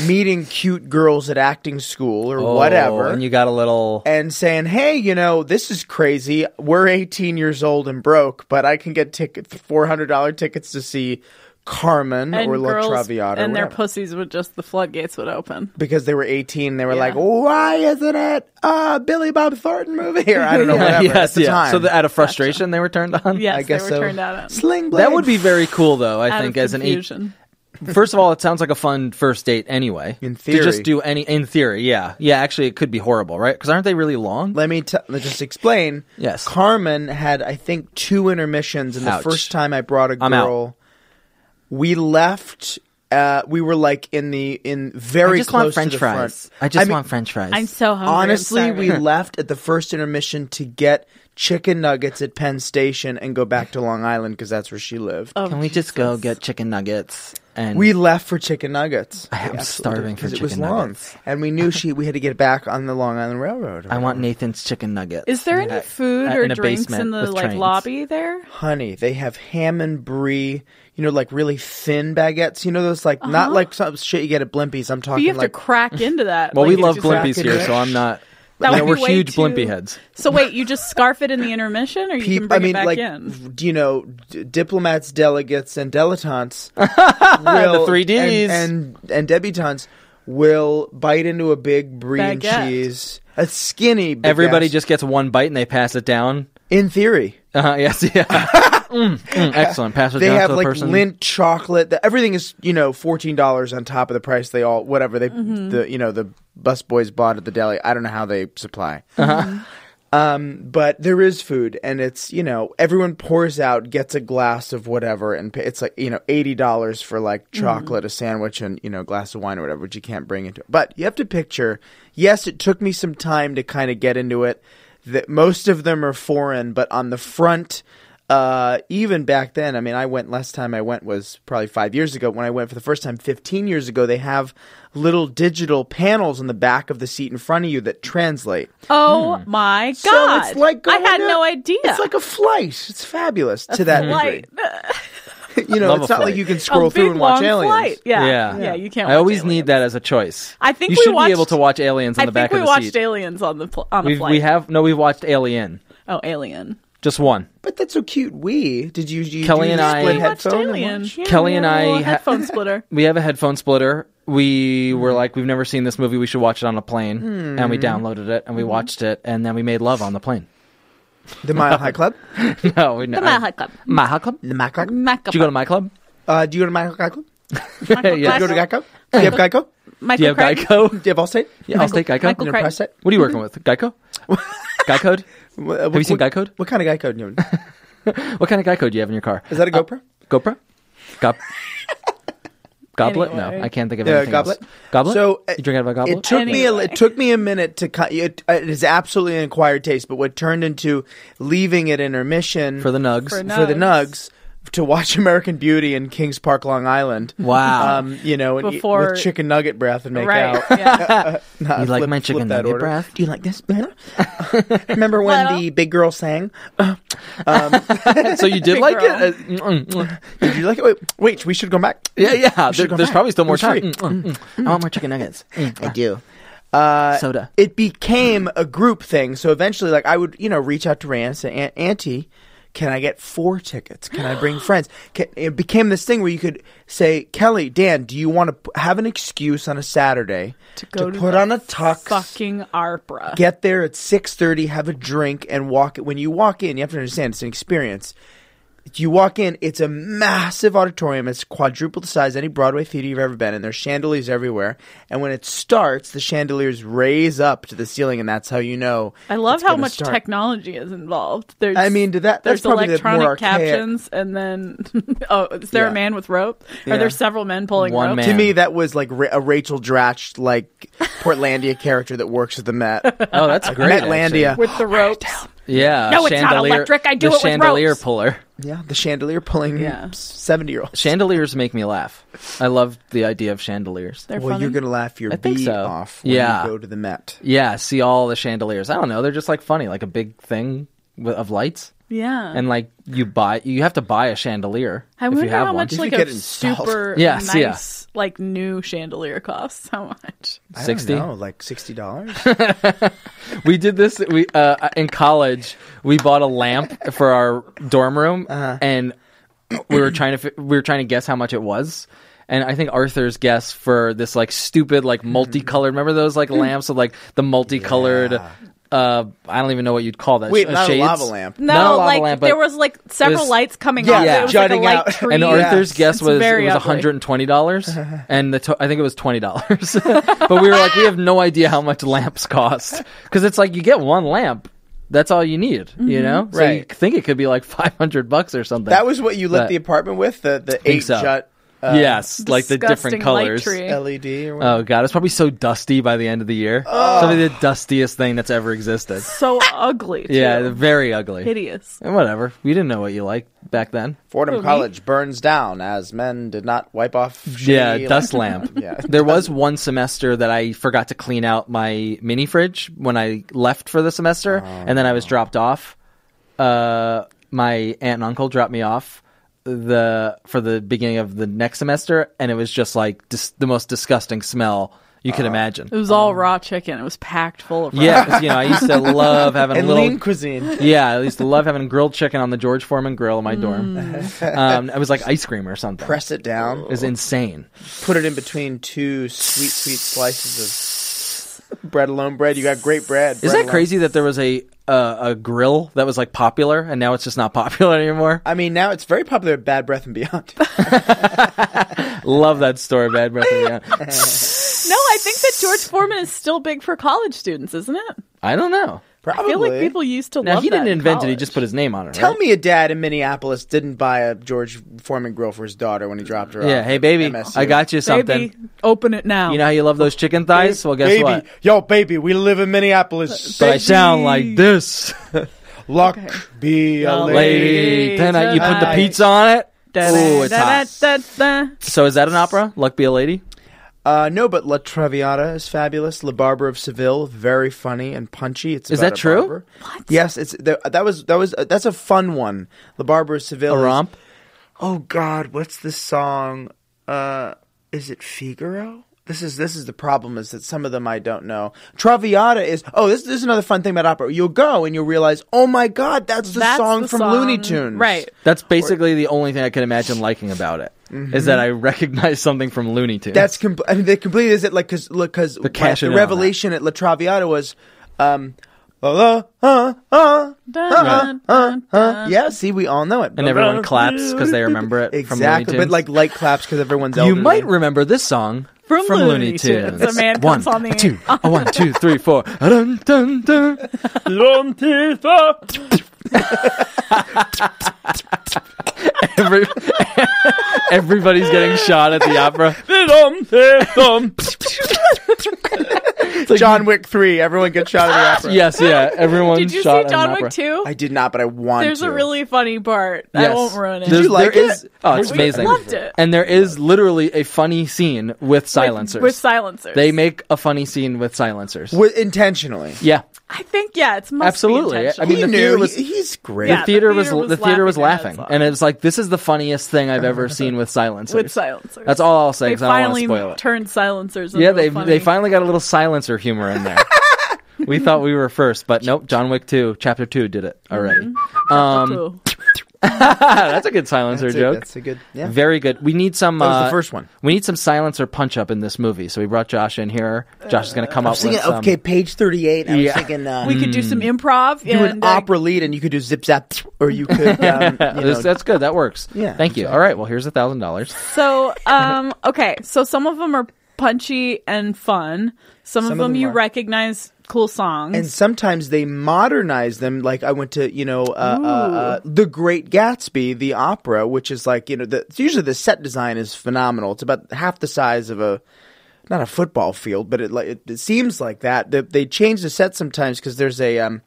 E: meeting cute girls at acting school or
B: Oh,
E: whatever,
B: And you got a little.
E: and saying, "Hey, you know, this is crazy. We're 18 years old and broke, but I can get ticket $400 tickets to see Carmen
C: And
E: or La
C: girls
E: Traviata or
C: and their
E: whatever."
C: pussies would just the floodgates would open.
E: because they were 18, they were
C: Yeah.
E: like, "Why isn't it a Billy Bob Thornton movie?" Or I don't know, whatever.
B: yes,
E: at the
B: yeah.
E: time.
B: So, the, out of frustration, they were turned on.
C: Yes,
E: I guess
C: they were
E: so.
C: turned out on.
E: Sling
B: That
E: Blade.
B: would be very cool, though. I
C: out
B: think
C: of
B: as an eight,
C: confusion.
B: First of all, it sounds like a fun first date anyway.
E: In
B: to just
E: theory.
B: do any in theory, yeah, yeah. Actually, it could be horrible, right? Because aren't they really long?
E: Let me t- let just explain.
B: Yes.
E: Carmen had I think two intermissions, and
B: Ouch.
E: the first time I brought a
B: I'm out.
E: girl, we left. Uh, we were like in the in very
B: I just
E: close
B: want French
E: to the
B: fries.
E: front.
B: I just
E: mean,
B: want French fries.
C: I'm so hungry. I'm
E: Honestly, we
C: sorry.
E: left at the first intermission to get chicken nuggets at Penn Station and go back to Long Island because that's where she lived.
B: Can we just go get chicken nuggets? And
E: We left for chicken nuggets.
B: I am
E: We absolutely
B: starving
E: did,
B: for
E: 'cause it was
B: chicken
E: long,
B: nuggets.
E: and we knew she. We had to get back on the Long Island Railroad.
B: I want Nathan's chicken nuggets.
C: Is there any food
B: uh,
C: or
B: in a
C: drinks
B: basement
C: in the
B: with
C: like
B: trains.
C: lobby there?
E: honey. They have ham and brie, you know, like really thin baguettes. You know those like not like some shit you get at Blimpies. I'm
C: Uh-huh. But
E: talking
C: you have to
E: like
C: crack into that.
B: well,
C: like,
B: we
C: it
B: love
C: just-
E: crack
B: blimpies
E: it
B: here,
E: in.
B: so I'm not.
C: That
B: yeah,
C: would
B: we're
C: be way
B: huge
C: too-
B: blimpy heads.
C: So wait, you just scarf it in the intermission, or you can
E: peop-
C: bring
E: I mean,
C: it back
E: like
C: in?
E: d- you know, d- diplomats, delegates, and dilettantes. will-
B: 3Ds.
E: and, and and debutantes will bite into a big brie and
C: Baguette.
E: cheese, a skinny. baguette.
B: Everybody just gets one bite and they pass it down.
E: in theory.
B: Uh, yes, yeah. Mm, mm, excellent. Pass it
E: They
B: down
E: have
B: to the
E: like
B: person.
E: lint chocolate. The, everything is you know fourteen dollars on top of the price they all whatever they
C: Mm-hmm.
E: the you know the busboys bought at the deli. I don't know how they supply. Um, but there is food, and it's you know everyone pours out, gets a glass of whatever, and pay, it's like you know eighty dollars for like chocolate, a sandwich, and you know a glass of wine or whatever, which you can't bring into. it. But you have to picture. Yes, it took me some time to kind of get into it. That most of them are foreign, but on the front uh, even back then, I mean, I went last time I went was probably five years ago. When I went for the first time 15 years ago, they have little digital panels on the back of the seat in front of you that translate.
C: Oh
B: Hmm.
C: my god!
E: So it's like
C: I
E: going
C: had
E: to-
C: no idea.
E: It's like a flight. It's fabulous to that
C: flight.
E: degree. You know,
B: Love
E: it's
B: a
E: not like
B: flight.
E: you can
C: A
E: scroll
C: big,
E: through and watch
C: long
E: Aliens.
C: Flight. Yeah.
B: yeah,
C: yeah, You can't.
B: I
C: watch
B: always
C: Aliens.
B: need that as a choice.
C: I think
B: you
C: we
B: should be able
C: watched-
B: to watch Aliens on
C: I
B: the back
C: think we
B: of the
C: watched
B: seat.
C: Aliens on the pl- on a
B: We've,
C: flight.
B: we have no, we've watched Alien,
C: oh Alien.
B: just one.
E: But that's so cute. We did you? you
B: Kelly
E: do
B: and
E: the
B: I-
E: split
B: We
C: Watched
E: headphone and
C: Alien.
E: watch?
C: Yeah,
B: Kelly
C: we
B: and
C: had a
B: I
C: little
B: ha-
C: headphone splitter.
B: We have a headphone splitter. We
C: Hmm.
B: were like, we've never seen this movie. We should watch it on a plane, and we downloaded it and we
C: Hmm.
B: watched it, and then we made love on the plane.
E: The Mile High Club.
B: no, we no,
C: Mile High Club.
B: My high club.
E: The Mile High Club.
C: Mac-
B: Did you go to my club?
E: Uh, do you go to Mile High Club?
B: yeah.
E: Do you go to Geico? Do you have Geico?
B: Do
C: Michael
B: you have
C: Craig?
B: Geico?
E: Do you have Allstate?
B: Yeah, I'll take Geico.
C: Michael
E: Your
C: Craig. Mm-hmm.
E: price set?
B: What are you working with? Geico? Geico?
E: What, have
B: you seen Geico?
E: What kind of Geico? do you have?
B: What kind of Geico do you have in your car?
E: Is that a GoPro?
B: GoPro? Gob- goblet? No,
C: Anyway.
B: I can't think of
E: Yeah,
B: anything
E: goblet.
B: else. Goblet?
E: So, uh,
B: you drink out of a goblet?
E: It took me a,
C: Anyway.
E: it took me a minute to cut. It, it is absolutely an acquired taste, but what turned into leaving at intermission
B: for the nugs.
C: For the
E: for the
C: Nugs.
E: nugs to watch American Beauty in Kings Park, Long Island.
B: Wow.
E: Um, you know, and eat
C: Before-
E: with chicken nugget breath and make
C: Right.
E: out.
C: Yeah.
E: Nah,
B: You like
E: flip-
B: my
E: flip
B: chicken
E: that
B: nugget
E: order.
B: breath?
E: Do you like this? Remember when
C: Well.
E: the big girl sang?
B: so you did
C: Big
B: like
C: girl.
B: it? Uh, mm, mm.
E: Did you like it? Wait, wait, we should go back.
B: yeah, yeah.
E: We should
B: There-
E: go
B: there's
E: back.
B: probably still more
E: It was
B: time.
E: free.
B: Mm, mm, mm. I want more chicken nuggets. Mm,
E: I do. Uh,
B: Soda.
E: It became a group thing. So eventually, like, I would, you know, reach out to Rand and say, "Aunt- Auntie, can I get four tickets? Can I bring friends? Can, it became this thing where you could say, Kelly, Dan, do you want to have an excuse on a Saturday
C: to go to
E: put
C: the
E: on a tux?
C: Fucking opera.
E: get there at 6.30 have a drink and walk when you walk in you have to understand it's an experience you walk in it's a massive auditorium it's quadruple the size of any broadway theater you've ever been in there's chandeliers everywhere and when it starts the chandeliers raise up to the ceiling and that's how you know
C: I love
E: it's
C: how
E: gonna
C: much
E: start.
C: technology is is involved. There's,
E: I mean, to that- that's
C: there's
E: probably the
C: electronic
E: more archaic-
C: captions, and then oh, is there
E: Yeah.
C: a man with rope?
E: Yeah.
C: Are there several men pulling
B: One
C: rope?
B: man.
E: to me that was like Ra- a rachel dratch like portlandia character that works at the met
B: Oh, that's great.
E: metlandia
C: with the ropes?
B: actually. Yeah.
C: No, it's not electric. I
B: the
C: do it with
B: chandelier
C: ropes.
B: puller.
E: yeah the chandelier pulling
C: Yeah.
E: 70 year old
B: Chandeliers make me laugh. I love the idea of chandeliers.
C: They're
E: well
C: funny.
E: you're gonna laugh your
B: I think
E: bee
B: so.
E: off when
B: Yeah.
E: you go to the met
B: Yeah, see all the chandeliers. I don't know. They're just like funny, like a big thing wi- of lights.
C: yeah.
B: And like you buy, you have to buy a chandelier
C: I
B: if
C: wonder
B: you have
C: how
B: one.
C: much
E: If
C: like
E: you get
C: a
E: it installed.
C: super
B: Yes, yeah.
C: nice like new chandelier costs. How much?
E: I don't
B: 60?
E: know, like sixty dollars.
B: We did this. We uh, in college, we bought a lamp for our dorm room,
E: Uh-huh.
B: and we were trying to fi- we were trying to guess how much it was. And I think Arthur's guess for this like stupid like
E: Mm-hmm.
B: multicolored. Remember those like lamps with like the multicolored. Uh, I don't even know what you'd call that.
E: Wait,
B: uh,
E: not a
B: shades?
E: lava lamp.
C: No,
B: Not a lava
C: like
B: lamp, but
C: there was like several
B: was-
C: lights coming
E: Yeah,
C: off.
E: yeah.
C: it was
E: jutting
C: like a light
E: out. And
C: tree.
B: And Arthur's guess
C: It's
B: was it
C: very
B: was
C: ugly.
B: hundred and twenty dollars, and the to- I think it was twenty dollars. but we were like, we have no idea how much lamps cost because it's like you get one lamp, that's all you need,
C: Mm-hmm.
B: you know. So you
E: Right.
B: think it could be like five hundred bucks or something.
E: That was uh, what you lit
B: But-
E: the apartment with the the uh, eight
B: so.
E: jut
B: yes, like the different
C: Disgusting light
B: colors.
C: tree.
E: LED. E Or whatever.
B: Oh god, it's probably so dusty by the end of the year. Probably the dustiest thing that's ever existed.
C: so ugly. Too.
B: Yeah, very ugly.
C: hideous.
B: And whatever, we didn't know what you liked back then.
E: Fordham
C: Movie.
E: College burns down as men did not wipe off. shitty
B: Yeah,
E: electric-
B: dust lamp.
E: Yeah.
B: There was one semester that I forgot to clean out my mini fridge when I left for the semester, and then I
E: Oh.
B: was dropped off. Uh, my aunt and uncle dropped me off the for the beginning of the next semester, and it was just like dis- the most disgusting smell you
E: Oh.
B: could imagine.
C: It was all raw chicken. It was packed full of raw
B: Yeah, 'cause, you know, I used to love having
E: and
B: little
E: lean cuisine.
B: yeah, I used to love having grilled chicken on the George Foreman grill in my dorm. Um, it was like ice cream or something. It
E: Press it down.
B: was insane.
E: Put it in between two sweet, sweet slices of bread alone bread. You got great bread.
B: Is
E: bread
B: that
E: alone.
B: crazy that there was a uh, a grill that was like popular and now it's just not popular anymore?
E: I mean, now it's very popular at Bad Breath and Beyond.
B: Love that story, Bad Breath. of the Beyond.
C: No, I think that George Foreman is still big for college students, isn't it?
B: I don't know.
E: Probably.
C: I feel like people used to
B: Now
C: love
B: he didn't
C: that in
B: invent it; he
C: college.
B: just put his name on it.
E: Tell
B: right?
E: me a dad in Minneapolis didn't buy a George Foreman grill for his daughter when he dropped her off.
B: Yeah, hey baby, I got you something.
C: Baby, open it now.
B: You know how you love those chicken thighs? Well, guess
E: baby,
B: what?
E: Yo, baby, we live in Minneapolis.
B: But I sound like this.
E: Luck be a
C: Well,
E: lady.
B: Lady tonight, you put the
C: tonight.
B: pizza on it. Ooh, it's hot.
C: Da-da-da-da-da.
B: So is that an opera? Luck be a lady.
E: Uh, no, but La Traviata is fabulous. La Barber of Seville, very funny and punchy. It's
B: Is
E: about
B: that
E: a
B: true?
E: barber. Yes, it's th- that was that was uh, that's a fun one. La Barber of Seville,
B: A
E: is-
B: romp.
E: oh God, what's the song? Uh, is it Figaro? This is this is the problem is that some of them I don't know. Traviata is oh this, this is another fun thing about opera. You'll go and you'll realize oh my God that's the
C: That's
E: song
C: the
E: from Looney
C: song.
E: Tunes
C: Right.
B: That's basically the only thing I could imagine liking about it is that I recognize something from Looney Tunes.
E: That's com- I mean, they completely is it like because because
B: cashing in
E: the
B: on
E: revelation at La Traviata was, um, la la uh, uh,
B: Uh-huh,
C: Da-da-da-da.
E: uh. yeah. See, we all know it,
B: and everyone claps because they remember it from Looney
E: exactly, but
B: Tunes.
E: like light claps because everyone's
B: you
E: elderly.
B: might remember this song
C: From Looney
B: Looney
C: Tunes.
B: Tunes.
C: A man comes
B: one,
C: on the-
B: a two, a one, two, three, four. Dun, dun, dun. Dun, dun, dun. Every, everybody's getting shot at the opera.
E: John Wick three. Everyone gets shot at the opera.
B: Yes, yeah, everyone
C: Did you
B: shot
C: see
B: at an
C: John
B: opera.
C: Wick 2?
E: I did not, but I want.
C: There's
E: to.
C: a really funny part. I
B: Yes.
C: won't ruin it.
B: There's-
E: you like
B: there
E: it?
B: is- oh, it's
C: We
B: amazing.
C: loved it.
B: And there is literally a funny scene with
C: With-
B: silencers.
C: With silencers.
B: They make a funny scene with silencers.
E: Wi- intentionally.
B: yeah,
C: I think, yeah, it's must be
B: Absolutely. I
E: I
C: intentional.
B: mean,
E: mean, he
B: the
E: knew
B: theater was-
E: he- he's great.
B: the
C: Yeah.
B: theater was
C: theater was
B: the theater was
C: laughing
B: laughing,
C: their heads
B: and it's like this is the funniest thing I've ever seen with silencers.
C: with silencers.
B: That's all I'll say.
C: They
B: 'cause I don't want
C: finally
B: to spoil it.
C: turned silencers.
B: yeah,
C: into a
B: they
C: funny-
B: they finally got a little silencer humor in there. we thought we were first, but nope. John Wick Two, Chapter Two, did it already.
E: Mm-hmm.
B: Ah,
C: Cool.
B: that's a good silencer
E: That's a,
B: joke.
E: That's a good. Yeah.
B: Very good. We need some.
E: That was the
B: uh,
E: first one.
B: We need some silencer punch up in this movie. So we brought Josh in here. Josh is going to come up with some.
E: Uh, okay, page thirty-eight. I
B: um, Yeah.
E: was thinking. Uh,
C: we could do some improv
E: do
C: and
E: an
C: uh,
E: opera lead, and you could do zip zap, or you could. Um, you
B: That's-
E: know,
B: that's good. That works.
E: Yeah,
B: Thank you. All right. Well, here's a thousand dollars.
C: So, um, okay, so some of them are punchy and fun. Some, of them, you
E: are.
C: recognize cool songs.
E: and sometimes they modernize them. Like I went to, you know, uh, uh, uh, the Great Gatsby, the opera, which is like, you know, the, it's usually the set design is phenomenal. It's about half the size of a not a football field, but it like it, it seems like that. They, they change the set sometimes because there's a um,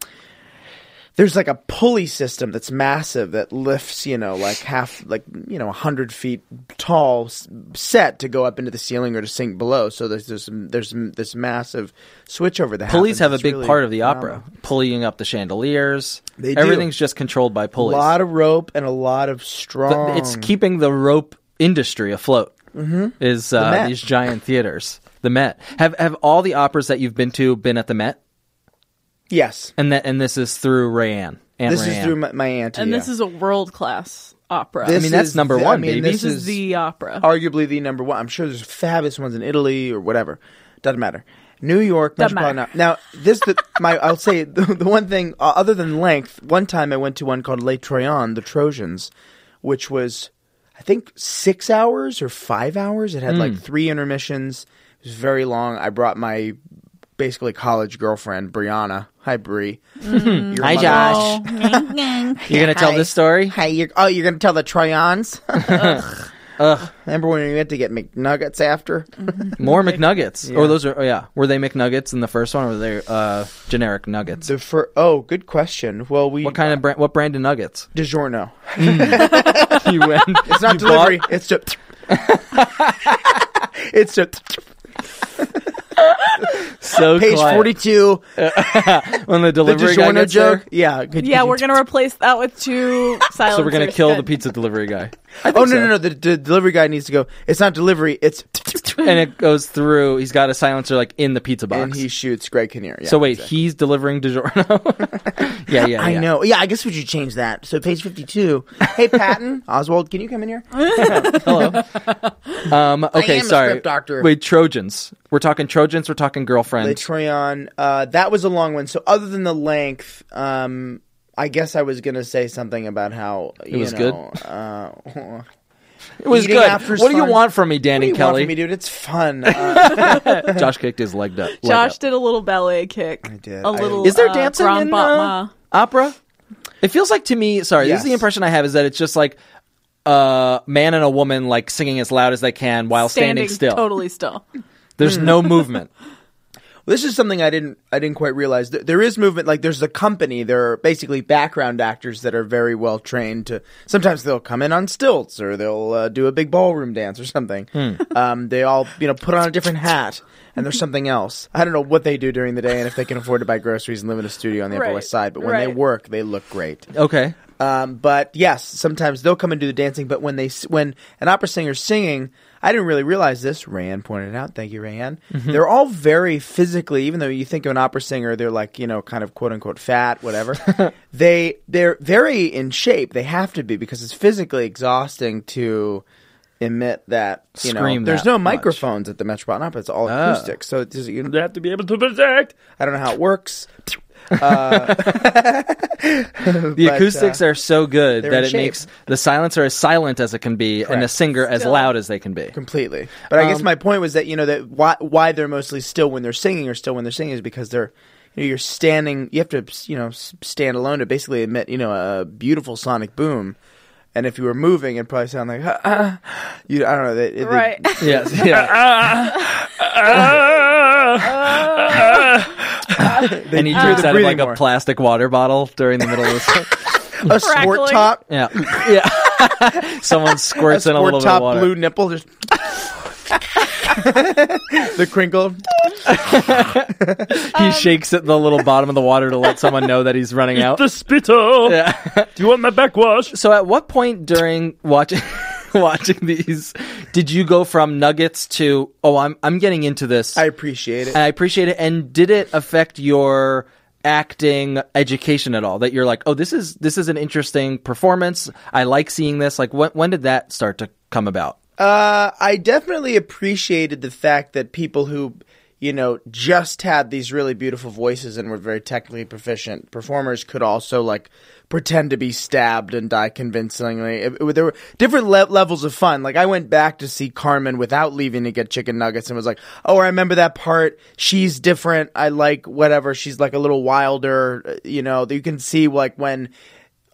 E: there's like a pulley system that's massive that lifts, you know, like half, like you know, hundred feet tall s- set to go up into the ceiling or to sink below. So there's there's there's this massive switch over the.
B: Pulleys have a big part of the opera, pulleying up the chandeliers.
E: They do.
B: Everything's just controlled by
E: A
B: pulleys.
E: lot of rope and a lot of
B: Th-
E: strong.
B: it's keeping the rope industry afloat. Mm-hmm. Is uh,
E: Met.
B: these giant theaters? The Met have have all the operas that you've been to been at the Met,
E: yes.
B: and that and this is through Rayanne. Aunt
E: This
B: Rayanne.
E: is through my, my auntie.
C: And
E: yeah.
C: this is a world class opera.
E: This
B: mean, that's
E: is
B: number
E: the-
B: one,
E: I mean,
B: baby.
E: This,
C: this is the opera.
E: arguably the number one. I'm sure there's fabulous ones in Italy or whatever. Doesn't matter. New York
C: Doesn't matter.
E: metropolitan. Now, this the my I'll say the, the one thing uh, other than length. One time I went to one called Les Troyens, the Trojans, which was I think six hours or five hours. It had like three intermissions. It was very long. I brought my basically college girlfriend Brianna. Hi Bri. Your
B: Hi,
E: mother-
B: Josh.
C: Oh,
F: You're
B: You're gonna tell this story?
E: Hey, you're, oh, you're gonna tell the Troyans? Ugh. Mm-hmm. Remember when we went to get McNuggets after?
B: More McNuggets, or those are oh yeah. Were they McNuggets in the first one, or were they uh, generic nuggets?
E: The fir- oh, good question. Well, we
B: What kind of brand? What brand of nuggets?
E: DiGiorno.
B: you went.
E: It's not delivery. It's just. it's just
B: So
E: page
B: quiet.
E: forty-two.
B: when the
E: The
B: delivery guy
E: DiGiorno
B: gets
E: joke.
B: there.
E: Yeah. Good,
C: yeah,
E: good-
C: we're gonna replace that with two silencers.
B: So we're gonna kill the
C: Good.
B: pizza delivery guy.
E: Oh no no no! The, the delivery guy needs to go. It's not delivery. It's
B: and it goes through. He's got a silencer like in the pizza box.
E: and he shoots Greg Kinnear. Yeah,
B: so wait,
E: exactly.
B: he's delivering DiGiorno. yeah, yeah,
E: I
B: yeah.
E: know. Yeah, I guess we should change that. So page fifty-two. Hey Patton Oswald, can you come in here?
C: Oh,
B: Um, okay,
E: am a
B: sorry.
E: script doctor.
B: Wait, Trojans. We're talking Trojans. We're talking
E: Le
B: girlfriend.
E: Troyon. Uh, that was a long one. So other than the length, um, I guess I was gonna say something about how it
B: was
E: know, good. Uh,
B: it was
E: eating
B: good.
E: after
B: what do you
E: sun.
B: want from me,
E: What do
B: Danny
E: you want
B: Kelly?
E: from me, dude? It's fun. Uh,
B: Josh kicked his leg up. leg
C: Josh
B: up.
C: did a little ballet kick. I
E: did.
C: A
E: I-
C: little.
B: Is there
C: uh,
B: dancing
C: Grand
B: in
C: Batma.
B: uh, opera? It feels like to me. Sorry, this is the
E: Yes.
B: impression I have is that it's just like a man and a woman like singing as loud as they can while standing, still.
C: totally still.
B: There's no movement.
E: This is something I didn't I didn't quite realize. There, there is movement. Like there's a company. There are basically background actors that are very well trained to. Sometimes they'll come in on stilts or they'll uh, do a big ballroom dance or something.
C: Hmm.
E: Um, they all you know put on a different hat and there's something else. I don't know what they do during the day and if they can afford to buy groceries and live in a studio on the Upper
C: Right,
E: West Side. But when they
C: right.
E: work, they look great.
B: Okay.
E: Um, but yes, sometimes they'll come and do the dancing. But when they s- when an opera singer's singing, I didn't really realize this. Rayanne pointed out. Thank you, Rayanne. They're all very physically. Even though you think of an opera singer, they're like you know, kind of quote unquote fat, whatever. they they're very in shape. They have to be because it's physically exhausting to emit that. You
B: Scream
E: know, there's
B: that
E: no
B: much.
E: microphones at the Metropolitan Opera. It's all acoustic, so it's, just- you have to be able to project. I don't know how it works.
B: The
E: But,
B: acoustics
E: uh,
B: are so good
E: they're
B: that
E: in
B: it
E: shape.
B: makes the silencer as silent as it can be and a
E: Correct.
B: singer as loud as they can be.
E: completely. But I guess
C: Um,
E: my point was that you know that why why they're mostly still when they're singing or still when they're singing is because they're you know, you're standing. You have to you know s- stand alone to basically emit you know a beautiful sonic boom. And if you were moving, it'd probably sound like, ah, ah, you, I don't know, they, they-
C: Right.
B: Yes,
E: Ah,
B: yeah. and he drinks
E: do ah. the
B: out of like
E: breathing more.
B: a plastic water bottle during the middle of the
E: a sport
C: Crackling.
E: top,
B: yeah, yeah. Someone
E: a
B: squirts in a
E: sport
B: little bit of
E: top
B: water.
E: blue nipple, just the crinkle.
B: He shakes at the little bottom of the water to let someone know that he's running out.
F: the spittle.
B: Yeah.
F: Do you want my backwash?
B: So, at what point during watching watching these did you go from nuggets to oh, I'm I'm getting into this.
E: I appreciate it.
B: I appreciate it. And did it affect your acting education at all? That you're like, oh, this is this is an interesting performance. I like seeing this. Like, when when did that start to come about?
E: Uh, I definitely appreciated the fact that people who, you know, just had these really beautiful voices and were very technically proficient performers could also like pretend to be stabbed and die convincingly. It- it- there were different le- levels of fun. Like I went back to see Carmen without leaving to get chicken nuggets and was like, "Oh, I remember that part. She's different. I like whatever. She's like a little wilder. uh, You know, you can see like when."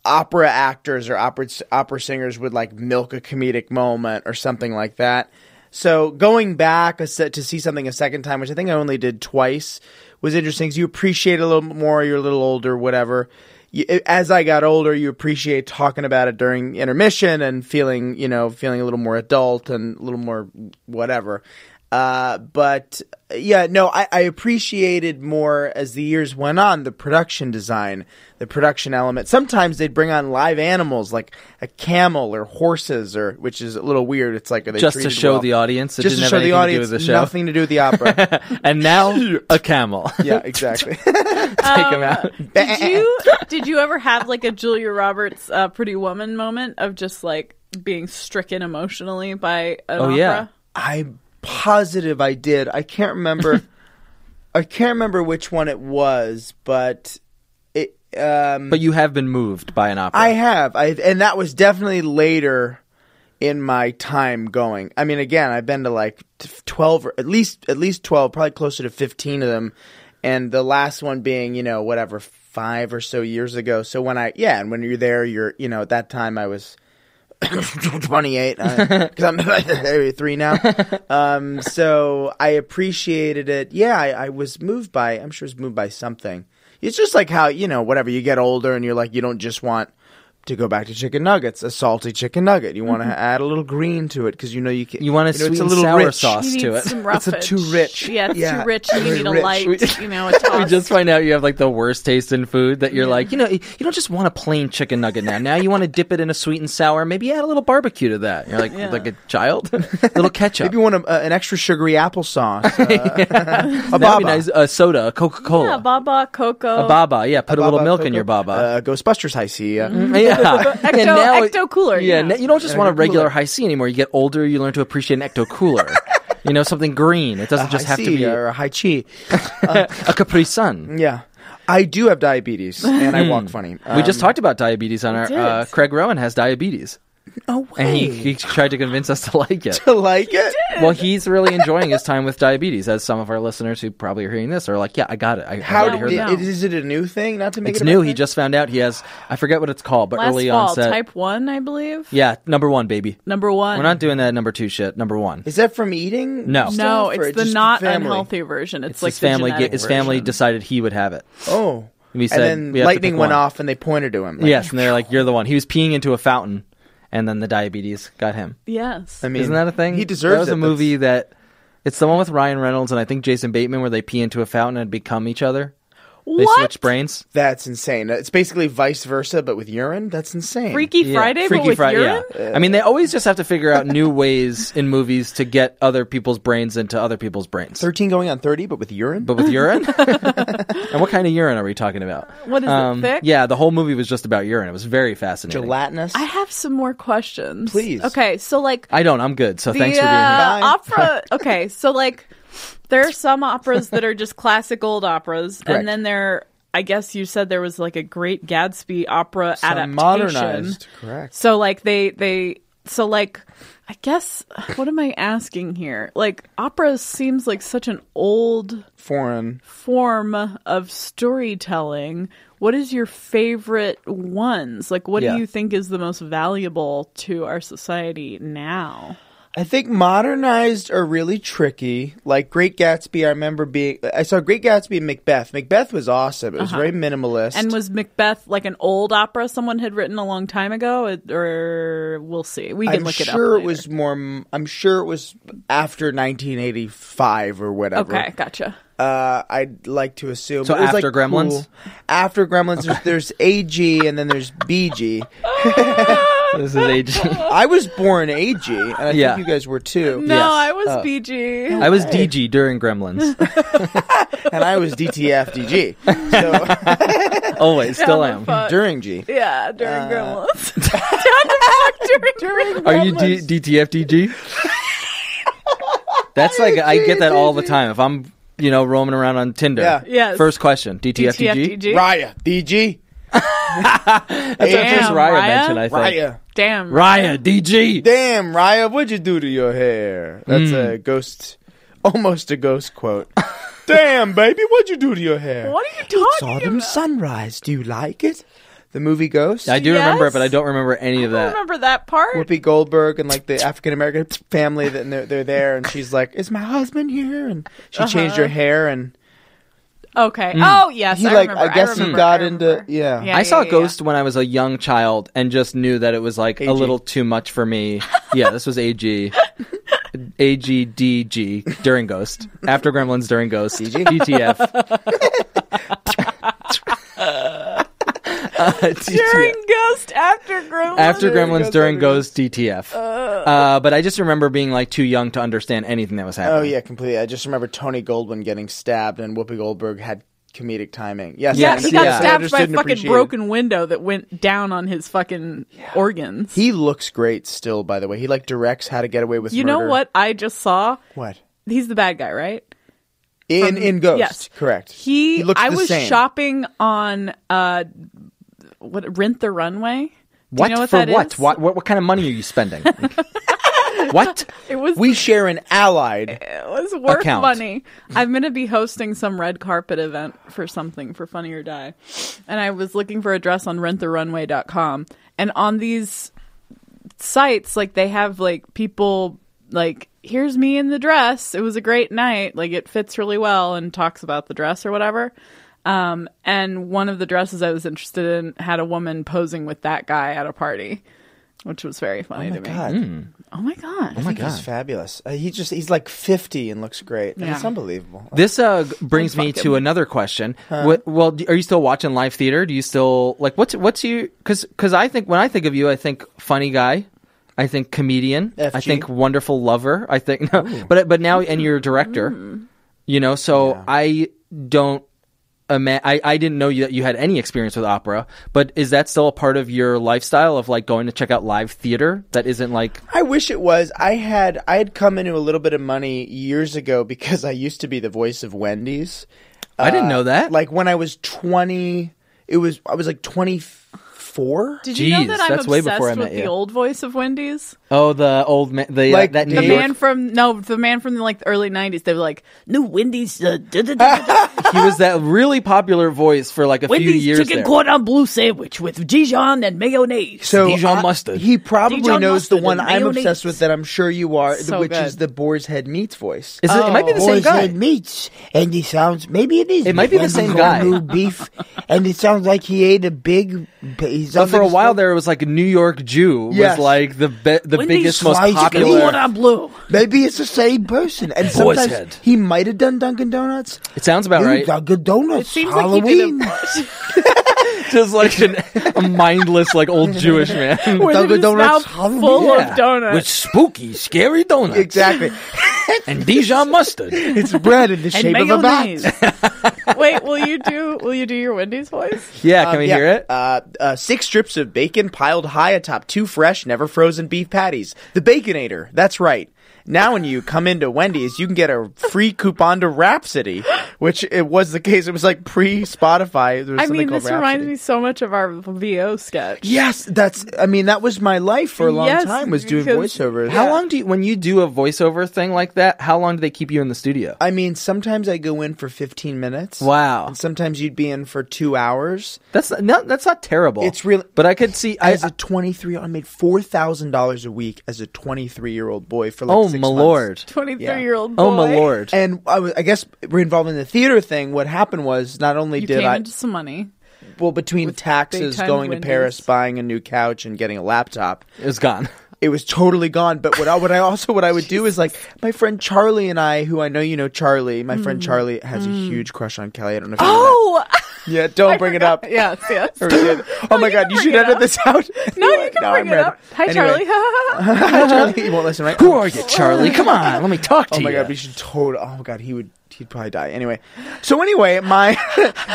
E: opera actors or opera opera singers would like milk a comedic moment or something like that. So going back a set to see something a second time, which I think I only did twice, was interesting because you appreciate it a little bit more. You're a little older, whatever. You, as I got older, you appreciate talking about it during intermission and feeling, you know, feeling a little more adult and a little more whatever. Uh, but yeah, no, I, I appreciated more as the years went on the production design, the production element. Sometimes they'd bring on live animals like a camel or horses, or which is a little weird. It's like are they
B: Just to
E: treated
B: show
E: well?
B: the audience, it
E: just to
B: didn't
E: show
B: have anything
E: the
B: to do
E: audience,
B: with the show.
E: nothing to do with the opera.
B: And now a camel.
E: yeah, exactly.
B: Take him out.
C: did you did you ever have like a Julia Roberts uh, Pretty Woman moment of just like being stricken emotionally by an
B: Oh,
C: opera?
B: yeah.
E: I'm positive I did. I can't remember. I can't remember which one it was, but it. Um,
B: But you have been moved by an opera.
E: I have. I and that was definitely later in my time going. I mean, again, I've been to like t- twelve, or at least at least twelve, probably closer to fifteen of them, and the last one being you know whatever five or so years ago. So when I yeah, and when you're there, you're you know at that time I was. 28 because I'm 33 now. Um, so I appreciated it. Yeah, I, I was moved by. I'm sure I was moved by something. It's just like how you know, whatever you get older and you're like, you don't just want to go back to chicken nuggets, a salty chicken nugget. You want to add a little green to it because you know you can.
B: Mm-hmm. You want a
E: know, it's
B: sweet and sour
E: rich.
B: sauce
C: You need
B: to it.
C: some
E: It's a
C: roughage.
E: too rich.
C: Yeah, it's
E: Yeah,
C: too rich. and You
E: very
C: need a
E: rich.
C: light.
B: We-
C: you know, a toss.
B: We just find out you have like the worst taste in food that you're like, you know, you don't just want a plain chicken nugget now. Now you want to dip it in a sweet and sour. Maybe add a little barbecue to that. You're like, like a child, little ketchup.
E: Maybe you want a, uh, an extra sugary applesauce, uh, a
B: That would
E: baba,
B: be nice. A soda, a Coca Cola,
C: yeah, Baba Coco.
B: a baba. Yeah, put a, little
E: Baba
B: milk in
E: cocoa,
B: your baba. Mm-hmm.
E: uh, Ghostbusters high C, uh,
B: yeah, And
C: Ecto-
B: now it-
C: Ecto Cooler,
B: Yeah,
C: yeah.
B: now- you don't just want a regular high C anymore. You get older, you learn to appreciate an ecto cooler. you know, something green. It doesn't just
E: high
B: have to
E: C
B: be
E: or a high chi.
B: a Capri Sun.
E: Yeah, I do have diabetes and I walk funny. Um,
B: we just talked about diabetes on our.
C: did.
B: Uh, Craig Rowan has diabetes.
E: Um, No
B: and he,
E: way.
B: he tried to convince us to like it.
E: to like it.
B: Well, he's really enjoying his time with diabetes, as some of our listeners who probably are hearing this are like, "Yeah, I got it. I, I
E: How
B: already
E: did
B: heard that."
C: No.
E: it, is it a new thing? Not to make
B: It's
E: it
B: new.
E: about
B: He
E: that?
B: just found out he has. I forget what it's called, but
C: Last
B: early
C: fall,
B: onset.
C: type one, I believe.
B: yeah, number one, baby.
C: Number one.
B: We're not doing that number two shit. Number one.
E: Is that from eating?
B: No.
C: no,
E: stuff, or
C: it's the
E: just
C: not
E: family?
C: unhealthy version. It's,
B: It's
C: like
B: his family.
C: The
B: ge-
C: genetic
B: his family
C: version.
B: decided he would have it.
E: Oh.
B: And we said,
E: and
B: "We
E: then
B: have to
E: lightning
B: pick
E: went
B: one."
E: off and they pointed to him. Like,
B: Yes, and they're like, "You're the one." He was peeing into a fountain, and then the diabetes got him.
C: Yes.
E: I mean,
B: Isn't that a thing?
E: He deserves
B: That was
E: it.
B: a movie that. It's the one with Ryan Reynolds and I think Jason Bateman where they pee into a fountain and become each other. They
C: what?
B: switch brains.
E: That's insane. It's basically vice versa, but with urine. That's insane.
C: Freaky
B: Yeah,
C: Friday,
B: Freaky
C: but with
B: Fri-
C: urine.
B: Yeah. I mean, they always just have to figure out new ways in movies to get other people's brains into other people's brains.
E: Thirteen going on thirty, but with urine.
B: but with urine? and what kind of urine are we talking about? Um,
C: What is it,
E: Um,
C: thick?
B: Yeah, the whole movie was just about urine. It was very fascinating.
E: gelatinous.
C: I have some more questions.
E: Please. Uh,
C: Okay, so like
B: I don't. I'm good. So thanks
C: the
B: for being here.
C: uh,
E: Bye.
C: opera. Okay, so like there are some operas that are just classic old operas,
E: Correct.
C: and then there, I guess you said there was like a Great Gatsby opera
E: Some
C: adaptation.
E: modernized. Correct.
C: So like they they so like I guess what am I asking here? Like opera seems like such an old
E: Foreign.
C: form of storytelling. What is your favorite ones? Like what
B: Yeah.
C: do you think is the most valuable to our society now?
E: I think modernized are really tricky. Like Great Gatsby, I remember being. I saw Great Gatsby and Macbeth. Macbeth was awesome. It was very minimalist.
C: Uh-huh. And was Macbeth like an old opera someone had written a long time ago? It- Or we'll see. We can
E: I'm
C: look it up.
E: sure it
C: later.
E: was more. m- I'm sure it was after 1985 or whatever.
C: Okay, gotcha.
E: Uh, I'd like to assume.
B: So
E: It was,
B: after
E: like,
B: Gremlins?
E: cool. After Gremlins, there's, there's AG and then there's BG.
B: This is AG.
E: I was born AG, and I
B: Yeah.
E: think you guys were too.
C: No,
B: Yes. uh,
C: I was BG.
B: I was DG during Gremlins.
E: And I was DTFDG. So
B: Always, still am.
E: during G.
C: Yeah, during Gremlins. Down the fuck during, during
B: Uh, Are you D- DTFDG? That's like I get that all the time. If I'm you know roaming around on Tinder,
E: Yeah.
C: Yes.
B: first question DTFDG.
E: Raya, DG,
B: That's what
C: Damn,
B: first Raya,
C: Raya?
B: mentioned. I think
E: Raya.
C: Damn.
B: Raya DG.
E: Damn, Raya, what'd you do to your hair?
C: Hmm.
E: That's a ghost, almost a ghost quote. Damn, baby, what'd you do to your hair?
C: What are you talking
E: Autumn
C: about?
E: sunrise. Do you like it? The movie Ghost.
B: I do remember it,
C: Yes.
B: but I don't remember any of
C: I
B: that.
C: remember that part.
E: Whoopi Goldberg and like the African American family that and they're, they're there, and she's like, "Is my husband here?" And
C: Uh-huh.
E: she changed her hair, and
C: Okay. Oh, yes.
E: he
C: I
E: like,
C: remember.
E: I guess he
C: remember,
E: got
C: I
E: into
C: remember.
E: yeah.
C: Yeah.
B: I saw
C: yeah.
B: Ghost when I was a young child and just knew that it was like
E: AG.
B: a little too much for me. yeah, this was AG. AGDG during Ghost. After Gremlins during Ghost. DTF. Uh, DTF.
C: During Ghost, after Gremlins.
B: After Gremlins during Ghost, DTF. Uh, but I just remember being like too young to understand anything that was happening.
E: Oh yeah, completely. I just remember Tony Goldwyn getting stabbed, and Whoopi Goldberg had comedic timing. Yes,
C: Yeah,
E: I
C: he got
E: understand- I
C: stabbed by
E: understood
C: a
E: and
C: fucking
E: appreciated.
C: broken window that went down on his fucking organs.
E: He looks great still, by the way. He like directs How to Get Away with
C: you
E: Murder.
C: know what I just saw?
E: What
C: He's the bad guy, right?
E: in in Ghost?
C: Yes.
E: correct.
C: He,
E: looks
C: I
E: the
C: was
E: same.
C: shopping on uh what Rent the Runway. Do
B: What?
C: you know what
B: For
C: that
B: what?
C: is?
B: what? What? What kind of money are you spending? what?
C: It was
E: We share an allied.
C: it was worth
B: account.
C: money. I'm going to be hosting some red carpet event for something for Funny or Die. And I was looking for a dress on renttherunway.com and on these sites like they have like people like here's me in the dress. It was a great night. Like it fits really well and talks about the dress or whatever. Um, and one of the dresses I was interested in had a woman posing with that guy at a party, which was very funny to me.
E: God,
C: Oh my god!
E: I think he's fabulous. Uh, he just he's like fifty and looks great.
C: Yeah.
E: It's unbelievable.
B: This uh, g- brings me to another question. What, well, d- are you still watching live theater? Do you still like what's what's you? Because because I think when I think of you, I think funny guy, I think comedian, I
E: FG.
B: think wonderful lover. I think no, but but now and you're a director.
E: Mm.
B: You know, so I don't. Ima- I I didn't know you, that you had any experience with opera, but is that still a part of your lifestyle of like going to check out live theater that isn't like
E: I wish it was. I had I had come into a little bit of money years ago because I used to be the voice of Wendy's. Uh,
C: Eh?
B: I didn't know that.
E: Like when I was twenty, it was I was like twenty four?
C: Did you know
B: Jeez,
C: that I'm
B: that's way
C: obsessed
B: before I met
C: with the
B: you.
C: old voice of Wendy's?
B: Oh, the old man, the
E: Like
B: that New
E: the
C: The
B: York-
C: man from no, the man from like the early '90s. They were like new Wendy's. Uh, da, da, da, da, da.
B: he was that really popular voice for like a few
C: Wendy's
B: years.
C: chicken
B: there.
C: cordon bleu sandwich with Dijon and mayonnaise.
E: So
B: Dijon
E: I-
B: mustard.
E: He probably
C: Dijon
E: knows the
C: mustard
E: one
C: and
E: I'm
C: mayonnaise.
E: obsessed with that I'm sure you are,
C: So
E: which
C: good.
E: is the boar's head meats voice.
B: Is it, it might
E: Oh,
B: be the same
G: Boys had
B: guy.
G: meats, and he sounds. Maybe it is.
B: It might be the
G: Wendy's
B: same
G: got
B: guy.
G: New beef, and it sounds like he ate a big. He
B: But
G: sounds
B: for a
G: like
B: while there, it was like New York Jew
E: Yes.
B: was like the be- the
C: Wendy's
B: biggest, most
G: sliced
C: chicken
B: popular.
C: cordon bleu.
G: Maybe it's the same person.
E: person. And
B: Boy's
E: sometimes
B: head.
E: he might have done Dunkin' Donuts.
B: It sounds about
G: Dude,
B: right.
G: Dunkin' Donuts.
C: It seems
G: Halloween.
C: like you did a
B: Just like an, a mindless, like old Jewish man.
C: with
G: Dunkin'
C: his mouth
G: Donuts, Halloween.
C: full
B: Yeah.
C: of donuts.
B: With spooky, scary donuts
E: Exactly.
B: and Dijon mustard.
E: it's bread in the
C: and
E: shape of a bat.
C: mayonnaise. Wait, will you do? Will you do your Wendy's voice?
B: Yeah, can we
E: Yeah.
B: hear it?
E: Uh, uh, six strips of bacon piled high atop two fresh, never frozen beef patties. The Baconator. That's right. Now, when you come into Wendy's, you can get a free coupon to Rhapsody, which it was the case. It was like pre Spotify.
C: I mean, this reminds me so much of our VO sketch.
E: Yes, that's. I mean, that was my life for a long
C: Yes,
E: time. Was doing
C: because-
E: voiceovers.
B: How long do you, when you do a voiceover thing like that? How long do they keep you in the studio?
E: I mean, sometimes I go in for fifteen minutes.
B: Wow,
E: And sometimes you'd be in for two hours.
B: that's not that's not terrible.
E: It's real-
B: but I could see. I,
E: as a 23 I made $4,000 a week as a 23 year old boy for like
B: oh
E: six
B: my
E: months.
B: lord!
C: Twenty-three
E: Yeah.
C: year old.
B: Oh my lord!
E: And I, was, I guess we're involved in the theater thing. What happened was not only
C: You
E: did
C: came
E: I
C: into some money.
E: well between taxes,
C: big-time
E: going to
C: windows.
E: Paris, buying a new couch, and getting a laptop,
B: It's gone.
E: it was totally gone. But what I, what I also what I would do is like my friend Charlie and I, who I know you know Charlie. My friend Charlie has a huge crush on Kelly. I don't know. if you know
C: Mm. Oh,
E: that. yeah, don't bring it up.
C: Yes, yes.
E: Or we did. Oh my
C: you
E: god,
C: can
E: you
C: bring
E: should
C: it
E: edit
C: up.
E: this out.
C: No, you can bring it
E: ready.
C: up. Hi, Charlie.
E: Anyway. Charlie, you won't listen, right?
B: Who are you, Charlie? Come on, let me talk to
E: Oh
B: you.
E: my god, we should totally. Oh my god, he would. He'd probably die anyway. So anyway, my.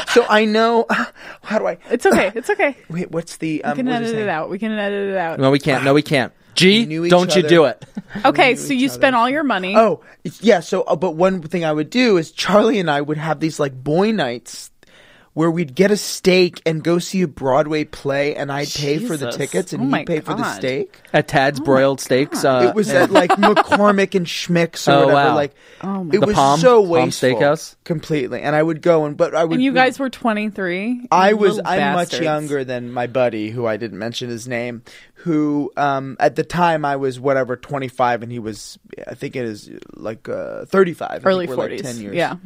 E: so I know. How do I?
C: it's okay. It's okay.
E: Wait, what's the?
C: We
E: Um,
C: can
E: what
C: edit
E: was
C: it
E: saying?
C: out. We can edit it out.
B: no, we can't. No, we can't.
E: We knew
B: G,
E: each
B: don't you
E: other.
B: do it?
C: okay, so you spent all your money.
E: Oh yeah. So, uh, but one thing I would do is Charlie and I would have these like boy nights. Where we'd get a steak and go see a Broadway play, and I'd pay for the
C: Jesus.
E: tickets, and
C: Oh my
E: he'd pay for the
C: God.
E: steak.
B: At Tad's broiled steaks. Uh,
E: Oh it was
B: yeah.
E: at like McCormick and Schmick's or
B: Oh,
E: whatever.
B: wow.
E: Like,
C: my
E: it
C: The
E: was
B: Palm-
E: so
B: Palm
E: wasteful,
B: Steakhouse?
E: completely. And I would go and, but I would.
C: and you guys were 23.
E: I
C: You
E: was
C: little
E: I'm much
C: bastards.
E: younger than my buddy who I didn't mention his name who um at the time I was whatever 25 and he was I think it is like uh 35 I think
C: Early
E: we're, like,
C: 40s.
E: 10 years
C: Yeah.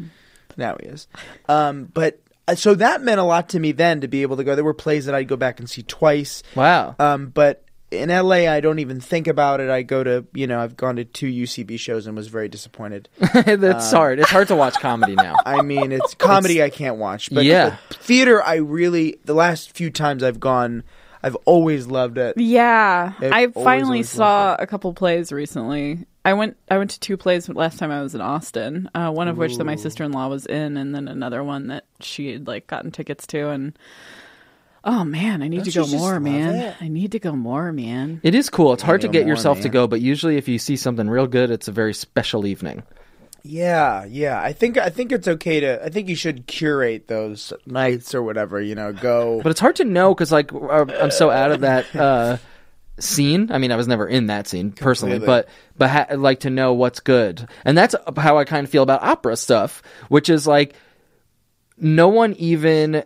E: now he is um but uh, so that meant a lot to me then to be able to go there were plays that I'd go back and see twice
B: wow.
E: um but in LA I don't even think about it I go to you know I've gone to two UCB shows and was very disappointed
B: uh, That's
E: uh,
B: hard. It's hard to watch comedy now.
E: I mean, it's comedy I can't watch, but,
B: Yeah.
E: but theater I really the last few times I've gone, I've always loved it.
C: Yeah,
E: It
C: I
E: always,
C: finally
E: always
C: saw
E: loved
C: a couple plays recently. I went I went to two plays last time I was in Austin. Uh, one of which that my sister in law was in, and then another one that she had like gotten tickets to. And oh man, I need to
E: you
C: go
E: just
C: more,
E: love
C: man.
E: it?
C: I need to go more, man.
B: It is cool. It's hard to
E: no
B: get
E: more,
B: yourself to
E: man.
B: go, but usually if you see something real good, it's a very special evening.
E: Yeah, yeah. I think I think it's okay to. I think you should curate those nights or whatever. You know, go.
B: But it's hard to know because like uh, I'm so out of that uh, scene. I mean, I was never in that scene personally,
E: Completely.
B: but but ha- like to know what's good, and that's how I kind of feel about opera stuff, which is like no one even.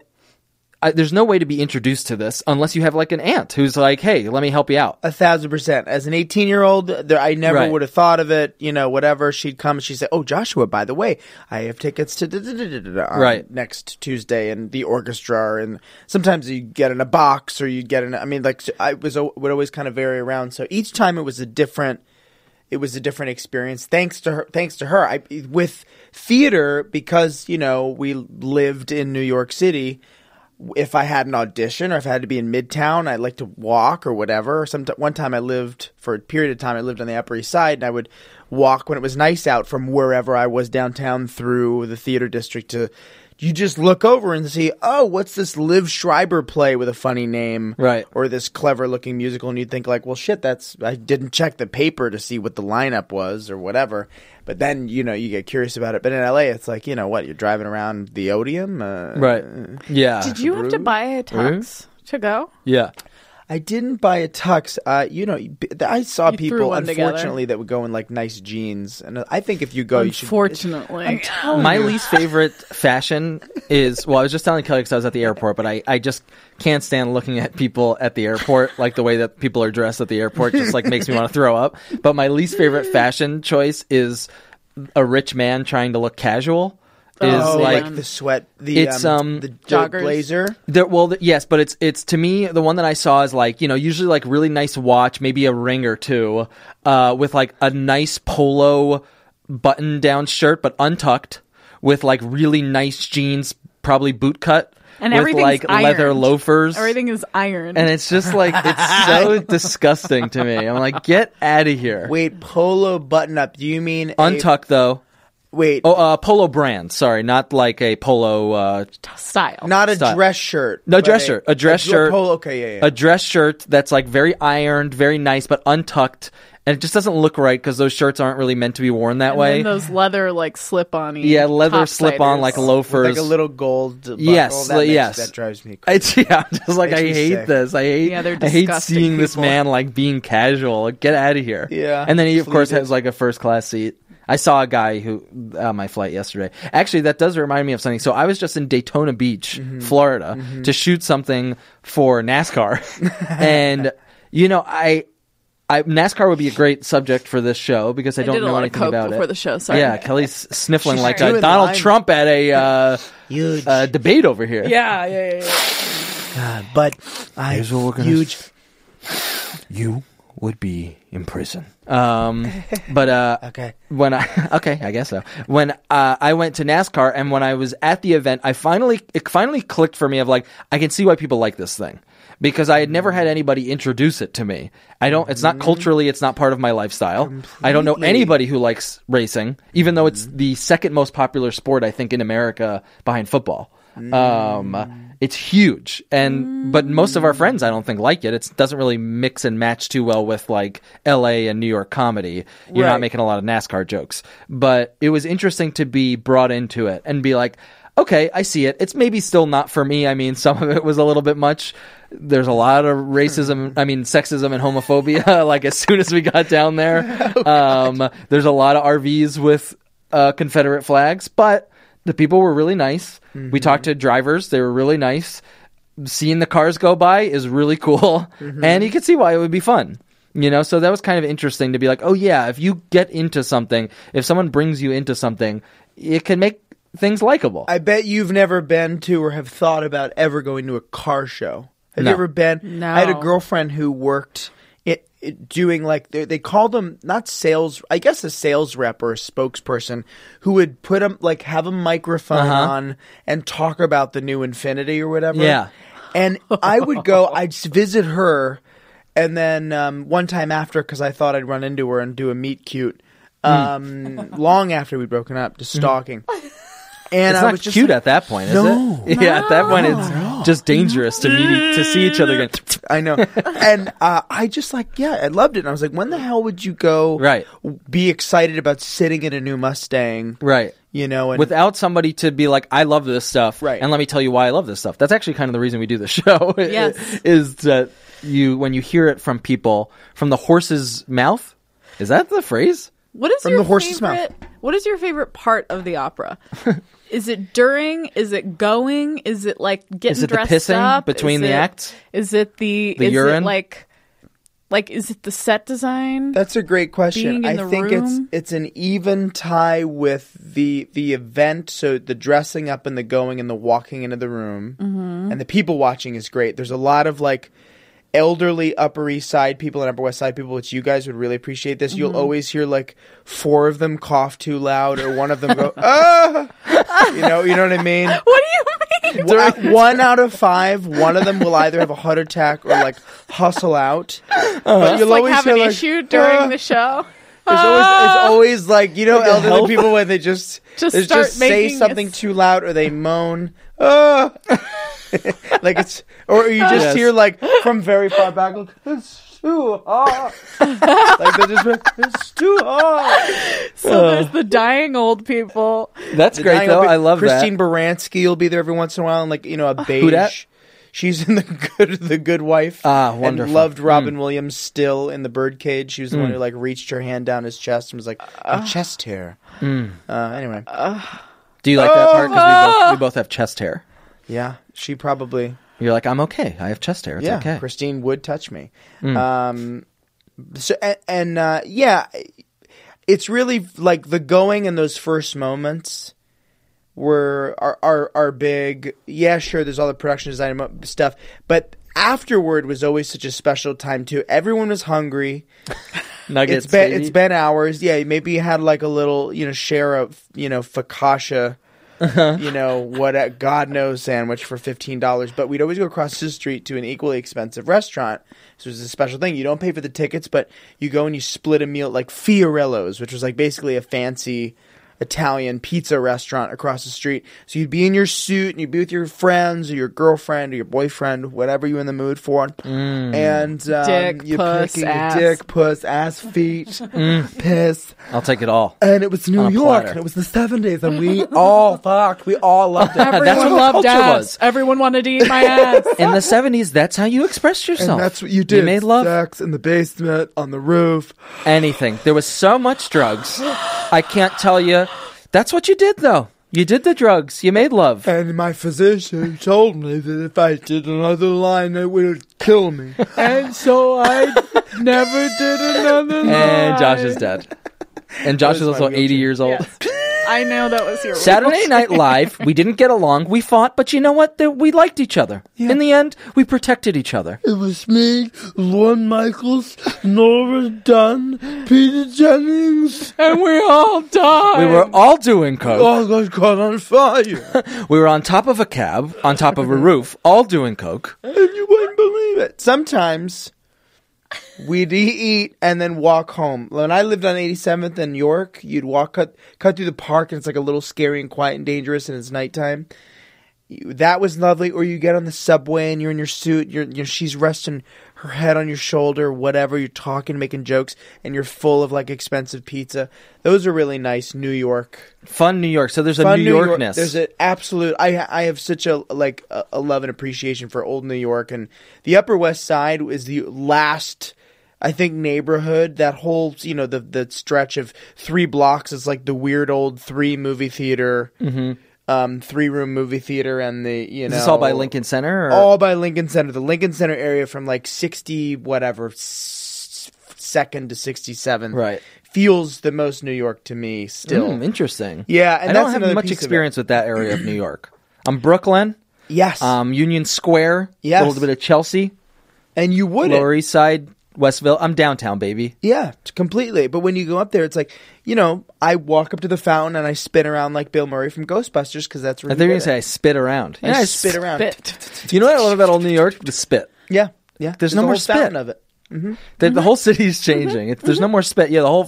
B: I, there's no way to be introduced to this unless you have like an aunt who's like, "Hey, let me help you out."
E: a thousand percent. As an eighteen-year-old, there, I never
B: Right.
E: would have thought of it. You know, whatever she'd come, she'd say, "Oh, Joshua, by the way, I have tickets to da- da- da- da- da- da on
B: Right.
E: next Tuesday and the orchestra." And sometimes you would get in a box, or you would get in. A, I mean, like so I was al- would always kind of vary around. So each time it was a different. It was a different experience. Thanks to her. Thanks to her. I with theater because you know we lived in New York City if I had an audition or if I had to be in Midtown, I'd like to walk or whatever. Some one time I lived for a period of time. I lived on the Upper East Side, and I would walk when it was nice out from wherever I was downtown through the theater district to. You just look over and see, oh, what's this Liv Schreiber play with a funny name,
B: Right.
E: Or this clever looking musical, and you'd think like, well, shit, that's I didn't check the paper to see what the lineup was or whatever. But then you know you get curious about it. But in LA, it's like you know what you're driving around the Odeum, uh,
B: Yeah.
C: Did you have to buy a tux to go.
B: Yeah.
E: I didn't buy a tux. Uh, you know, b- th- I saw
C: You threw
E: people
C: one together.
E: unfortunately that would go in like nice jeans, and uh, I think if you go, you should.
C: Unfortunately,
B: My least favorite fashion is well, I was just telling Kelly because I was at the airport, but I, I just can't stand looking at people at the airport. Like the way that people are dressed at the airport just like makes me want to throw up. But my least favorite fashion choice is a rich man trying to look casual. Is
E: Oh,
B: like
E: like,
C: um,
E: the sweat, the
B: it's, um,
E: the, the
C: joggers.
E: blazer.
B: There, well, th- yes, but it's it's to me the one that I saw is like you know usually like really nice watch, maybe a ring or two, uh, with like a nice polo button down shirt but untucked, with like really nice jeans, probably boot cut,
C: and
B: with
C: everything's
B: like leather
C: ironed.
B: loafers,
C: Everything is iron.
B: and it's just like it's so disgusting to me. I'm like, get out of here.
E: Wait, polo button up. Do you mean a-
B: Untucked though.
E: wait,
B: Oh, uh, polo brand. Sorry, not like a polo uh,
C: style.
E: not a
B: stop.
E: dress shirt.
B: No
E: but
B: dress shirt. A dress
E: dr-
B: shirt.
E: Polo. Okay, yeah, yeah.
B: a dress shirt that's like very ironed, very nice, but untucked, and it just doesn't look right because those shirts aren't really meant to be worn that
C: and
B: way.
C: then those leather like slip on.
B: yeah, leather slip on like
E: With,
B: loafers.
E: like a little gold. Buckle.
B: Yes,
E: that
B: li-
E: makes-
B: yes.
E: that drives me. Crazy.
B: It's yeah, I'm just like
E: Makes
B: I
E: me
B: hate
E: sick.
B: this. I hate.
C: Yeah, they're
B: I hate
C: disgusting
B: seeing this
C: people.
B: man like being casual. Like, Get out of here.
E: Yeah,
B: And then he of course
E: fleeted.
B: has like a first class seat. I saw a guy who on my flight yesterday. Actually, that does remind me of something. So I was just in Daytona Beach,
E: Mm-hmm.
B: Florida, to shoot something for NASCAR, and you know I. I, NASCAR would be a great subject for this show because I,
C: I
B: don't
C: did a
B: know
C: lot of
B: anything
C: coke
B: about
C: before
B: it.
C: the show, sorry.
B: yeah, Kelly's sniffling like
E: doing
B: uh, Donald
E: lime.
B: Trump at a uh,
G: Huge.
B: uh, debate over here.
C: Yeah, yeah, yeah.
E: but I
B: Here's what we're gonna-
E: huge.
B: you would be in prison. Um, but uh,
G: Okay.
B: when I okay, I guess so. When uh, I went to NASCAR and when I was at the event, I finally it finally clicked for me of like I can see why people like this thing because I had never had anybody introduce it to me. I don't. It's not culturally. It's not part of my lifestyle. I don't know anybody who likes racing, even though it's the second most popular sport I think in America behind football. Um, it's huge, and but most of our friends I don't think like it. It doesn't really mix and match too well with like L.A. and New York comedy. You're not
E: Right.
B: making a lot of NASCAR jokes, but it was interesting to be brought into it and be like, okay, I see it. It's maybe still not for me. I mean, some of it was a little bit much. There's a lot of racism, I mean, sexism and homophobia. like as soon as we got down there, um, there's a lot of RVs with uh, Confederate flags, but the people were really nice.
E: Mm-hmm.
B: We talked to drivers; they were really nice. Seeing the cars go by is really cool,
E: Mm-hmm.
B: and you can see why it would be fun. You know, so that was kind of interesting to be like, oh yeah, if you get into something, if someone brings you into something, it can make things likable.
E: I bet you've never been to or have thought about ever going to a car show. Have
B: No.
E: you ever been?
C: No.
E: I had a girlfriend who worked it, it doing like they, they call them not sales. I guess a sales rep or a spokesperson who would put them like have a microphone on and talk about the new Infinity or whatever.
B: Uh-huh. Yeah.
E: and I would go. I'd s- visit her, and then um, one time after because I thought I'd run into her and do a meet cute.
B: Hmm.
E: Um, long after we'd broken up, just stalking. And
B: Mm-hmm. it's
E: I
B: not
E: was just
B: cute
E: like,
B: at that point, is
E: No.
B: it? Yeah, at that point, it's just dangerous to meet to see each other again.
E: I know. and uh, I just like, yeah, I loved it. And I was like, when the hell would you go
B: Right.
E: be excited about sitting in a new Mustang?
B: Right.
E: You know, and
B: without somebody to be like, I love this stuff,
E: Right.
B: And let me tell you why I love this stuff. That's actually kind of the reason we do the show.
C: Yes.
B: is that you when you hear it from people from the horse's mouth? Is that the phrase?
C: What is
E: From
C: your
E: the horse's mouth.
C: favorite? What is your favorite part of the opera? is it during? Is it going? Is it like getting
B: Is it the
C: dressed
B: pissing
C: up?
B: between
C: Is
B: the
C: it-
B: acts?
C: Is it the,
B: The
C: is
B: urine?
C: It like, like is it the set design?
E: that's a great question.
C: Being in
E: I
C: the
E: think it's
C: room.
E: it's an even tie with the the event. So the dressing up and the going and the walking into the room
C: Mm-hmm.
E: and the people watching is great. There's a lot of like elderly Upper East Side people and Upper West Side people, which you guys would really appreciate. This
C: Mm-hmm.
E: you'll always hear like four of them cough too loud or one of them go ah. You know, you know what I mean.
C: what do you mean?
E: Well, out- one out of five, one of them will either have a heart attack or like hustle out. But
C: Just like have
E: hear,
C: an issue during
E: "Ah."
C: the show.
E: There's always,
C: Ah!
E: it's always like you know elderly
B: help.
E: people when they just
C: Just
E: they
C: start
E: just say
C: making a
E: something
C: s-
E: too loud or they moan. Ah. like it's or you just
B: Yes.
E: hear like from very far back like it's too hot. like they just like, it's too hot.
B: Uh.
C: So there's the dying old people.
B: That's
E: The
B: great
E: dying
B: though.
E: open-
B: I love
E: Christine
B: that. Oh,
E: Baranski will be there every once in a while and like you know a beige
B: dat?
E: She's in the good the good wife.
B: Ah,
E: And
B: wonderful. Hmm.
E: loved Robin Williams still in the birdcage. She was the one who like reached her hand down his chest and was like,
B: Ah.
E: "My chest hair."
B: Hmm.
E: Uh, anyway,
B: Do you like that part? Because we, both, we both have chest hair.
E: yeah, she probably
B: You're like, I'm okay. I have chest hair. It's
E: yeah.
B: okay.
E: Christine would touch me. Um, so and, and uh, yeah, it's really like the going and those first moments were are are, are big. Yeah, sure. There's all the production design mo- stuff, but afterward was always such a special time too. Everyone was hungry.
B: Nuggets.
E: It's been
B: baby.
E: it's been hours. Yeah, maybe you had like a little you know share of you know focaccia. you know what? A God knows sandwich for fifteen dollars, but we'd always go across the street to an equally expensive restaurant. So it was a special thing. You don't pay for the tickets, but you go and you split a meal at, like Fiorello's, which was like basically a fancy Italian pizza restaurant across the street. So you'd be in your suit and you'd be with your friends or your girlfriend or your boyfriend, whatever you're in the mood for, and um,
C: Dick,
E: you're
C: puss,
E: picking
C: ass.
E: a dick, puss, ass, feet, piss.
B: I'll take it all.
E: And it was New
B: On a
E: York,
B: platter.
E: and it was the 70s, and we all fucked. We all loved it.
C: Everyone
B: That's what
C: loved
B: culture
C: ass.
B: was.
C: Everyone wanted to eat my ass.
B: In the 70s, that's how you expressed yourself.
E: and that's what you did.
B: You made love.
E: Sex in the basement, on the roof.
B: Anything. There was so much drugs. I can't tell you. That's what you did, though. You did the drugs. You made love.
E: And my physician told me that if I did another line, it would kill me.
C: and so I never did another
B: And Josh is dead. And Josh is also 80 years old.
C: I know that was your
B: Saturday Night Live, we didn't get along. We fought, but you know what? The- We liked each other. In the end, we protected each other.
G: It was me, Lorne Michaels, Nora Dunn, Peter Jennings.
C: And we all died.
B: We were all doing coke.
E: Oh,
G: All got caught on fire.
B: We were on top of a cab, on top of a roof, all doing coke.
E: and you wouldn't believe it. Sometimes we'd e- eat and then walk home. When I lived on 87th and York, you'd walk cut cut through the park, and it's like a little scary and quiet and dangerous, and it's nighttime. You- That was lovely. Or you get on the subway and you're in your suit. You're, you know, she's resting her head on your shoulder, whatever. You're talking, making jokes, and you're full of like expensive pizza. Those are really nice. New York
B: Fun New York. So there's a
E: fun
B: New,
E: York-
B: Yorkness.
E: there's an absolute. I I have such a like a, a love and appreciation for old New York, and the Upper West Side is the last. I think neighborhood that whole you know the the stretch of three blocks is like the weird old three movie theater, um, three room movie theater, and the you know
B: Is Mm-hmm. this all by Lincoln Center? Or?
E: all by Lincoln Center. The Lincoln Center area from like 60 whatever s- second to 67th
B: Right.
E: feels the most New York to me still.
B: Hmm, interesting.
E: Yeah, and
B: I
E: that's
B: don't have
E: another
B: much
E: piece of it.
B: experience with that area of New York. I'm Brooklyn,
E: Yes.
B: um, Union Square,
E: Yes.
B: a little bit of Chelsea,
E: and you would
B: Lower East Side, Westville. I'm downtown, baby.
E: Yeah, t- completely. But when you go up there, it's like you know, I walk up to the fountain and I spin around like Bill Murray from Ghostbusters because that's where
B: I
E: he
B: thought you were gonna
E: did
B: say I
E: it.
B: spit around.
E: I
B: Yeah, I
E: spit around.
C: Bit.
B: You know what I love about old New York? The spit.
E: Yeah, yeah.
B: There's no
E: a
B: more
E: whole fountain
B: spit.
E: of it.
B: The, the whole city's changing. It's there's no more spit. Yeah, the whole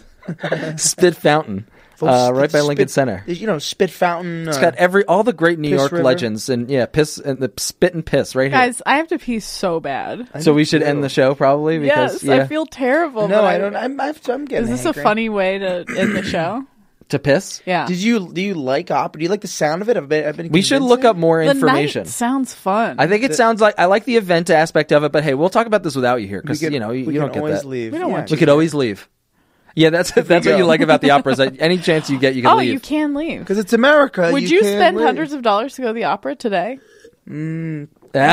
B: spit fountain uh,
E: Spit-
B: right by Lincoln
E: spit-
B: Center.
E: You know, spit fountain. uh,
B: It's got every all the great New
E: Piss
B: York
E: River.
B: legends and yeah, piss and the spit and piss right here.
C: Guys, I have to pee so bad.
B: so we should end the show probably because
C: yes,
B: yeah,
C: I feel terrible.
E: no,
C: but
E: I don't. I'm, I've- I'm getting.
C: Is this a
E: hankering.
C: funny way to end the show?
B: to piss.
C: Yeah.
E: Did you do you like opera? Do you like the sound of it? I've been. I've been
B: We should look
E: convincing.
B: up more
C: the
B: information.
C: night sounds fun.
B: I think it sounds like I like the event aspect of it, but hey, we'll talk about this without you here because
E: We could-
B: you know you,
E: we
B: you
E: can
B: don't get
E: always
B: that.
E: leave.
C: We don't
E: yeah.
C: want
B: We could always leave. Yeah, that's that's what
E: go.
B: you like about the opera is that any chance you get, you can
C: oh,
B: leave.
C: you can leave.
E: because it's America.
C: Would you,
E: can't
C: spend
E: win.
C: hundreds of dollars to go to the opera today?
B: Yeah.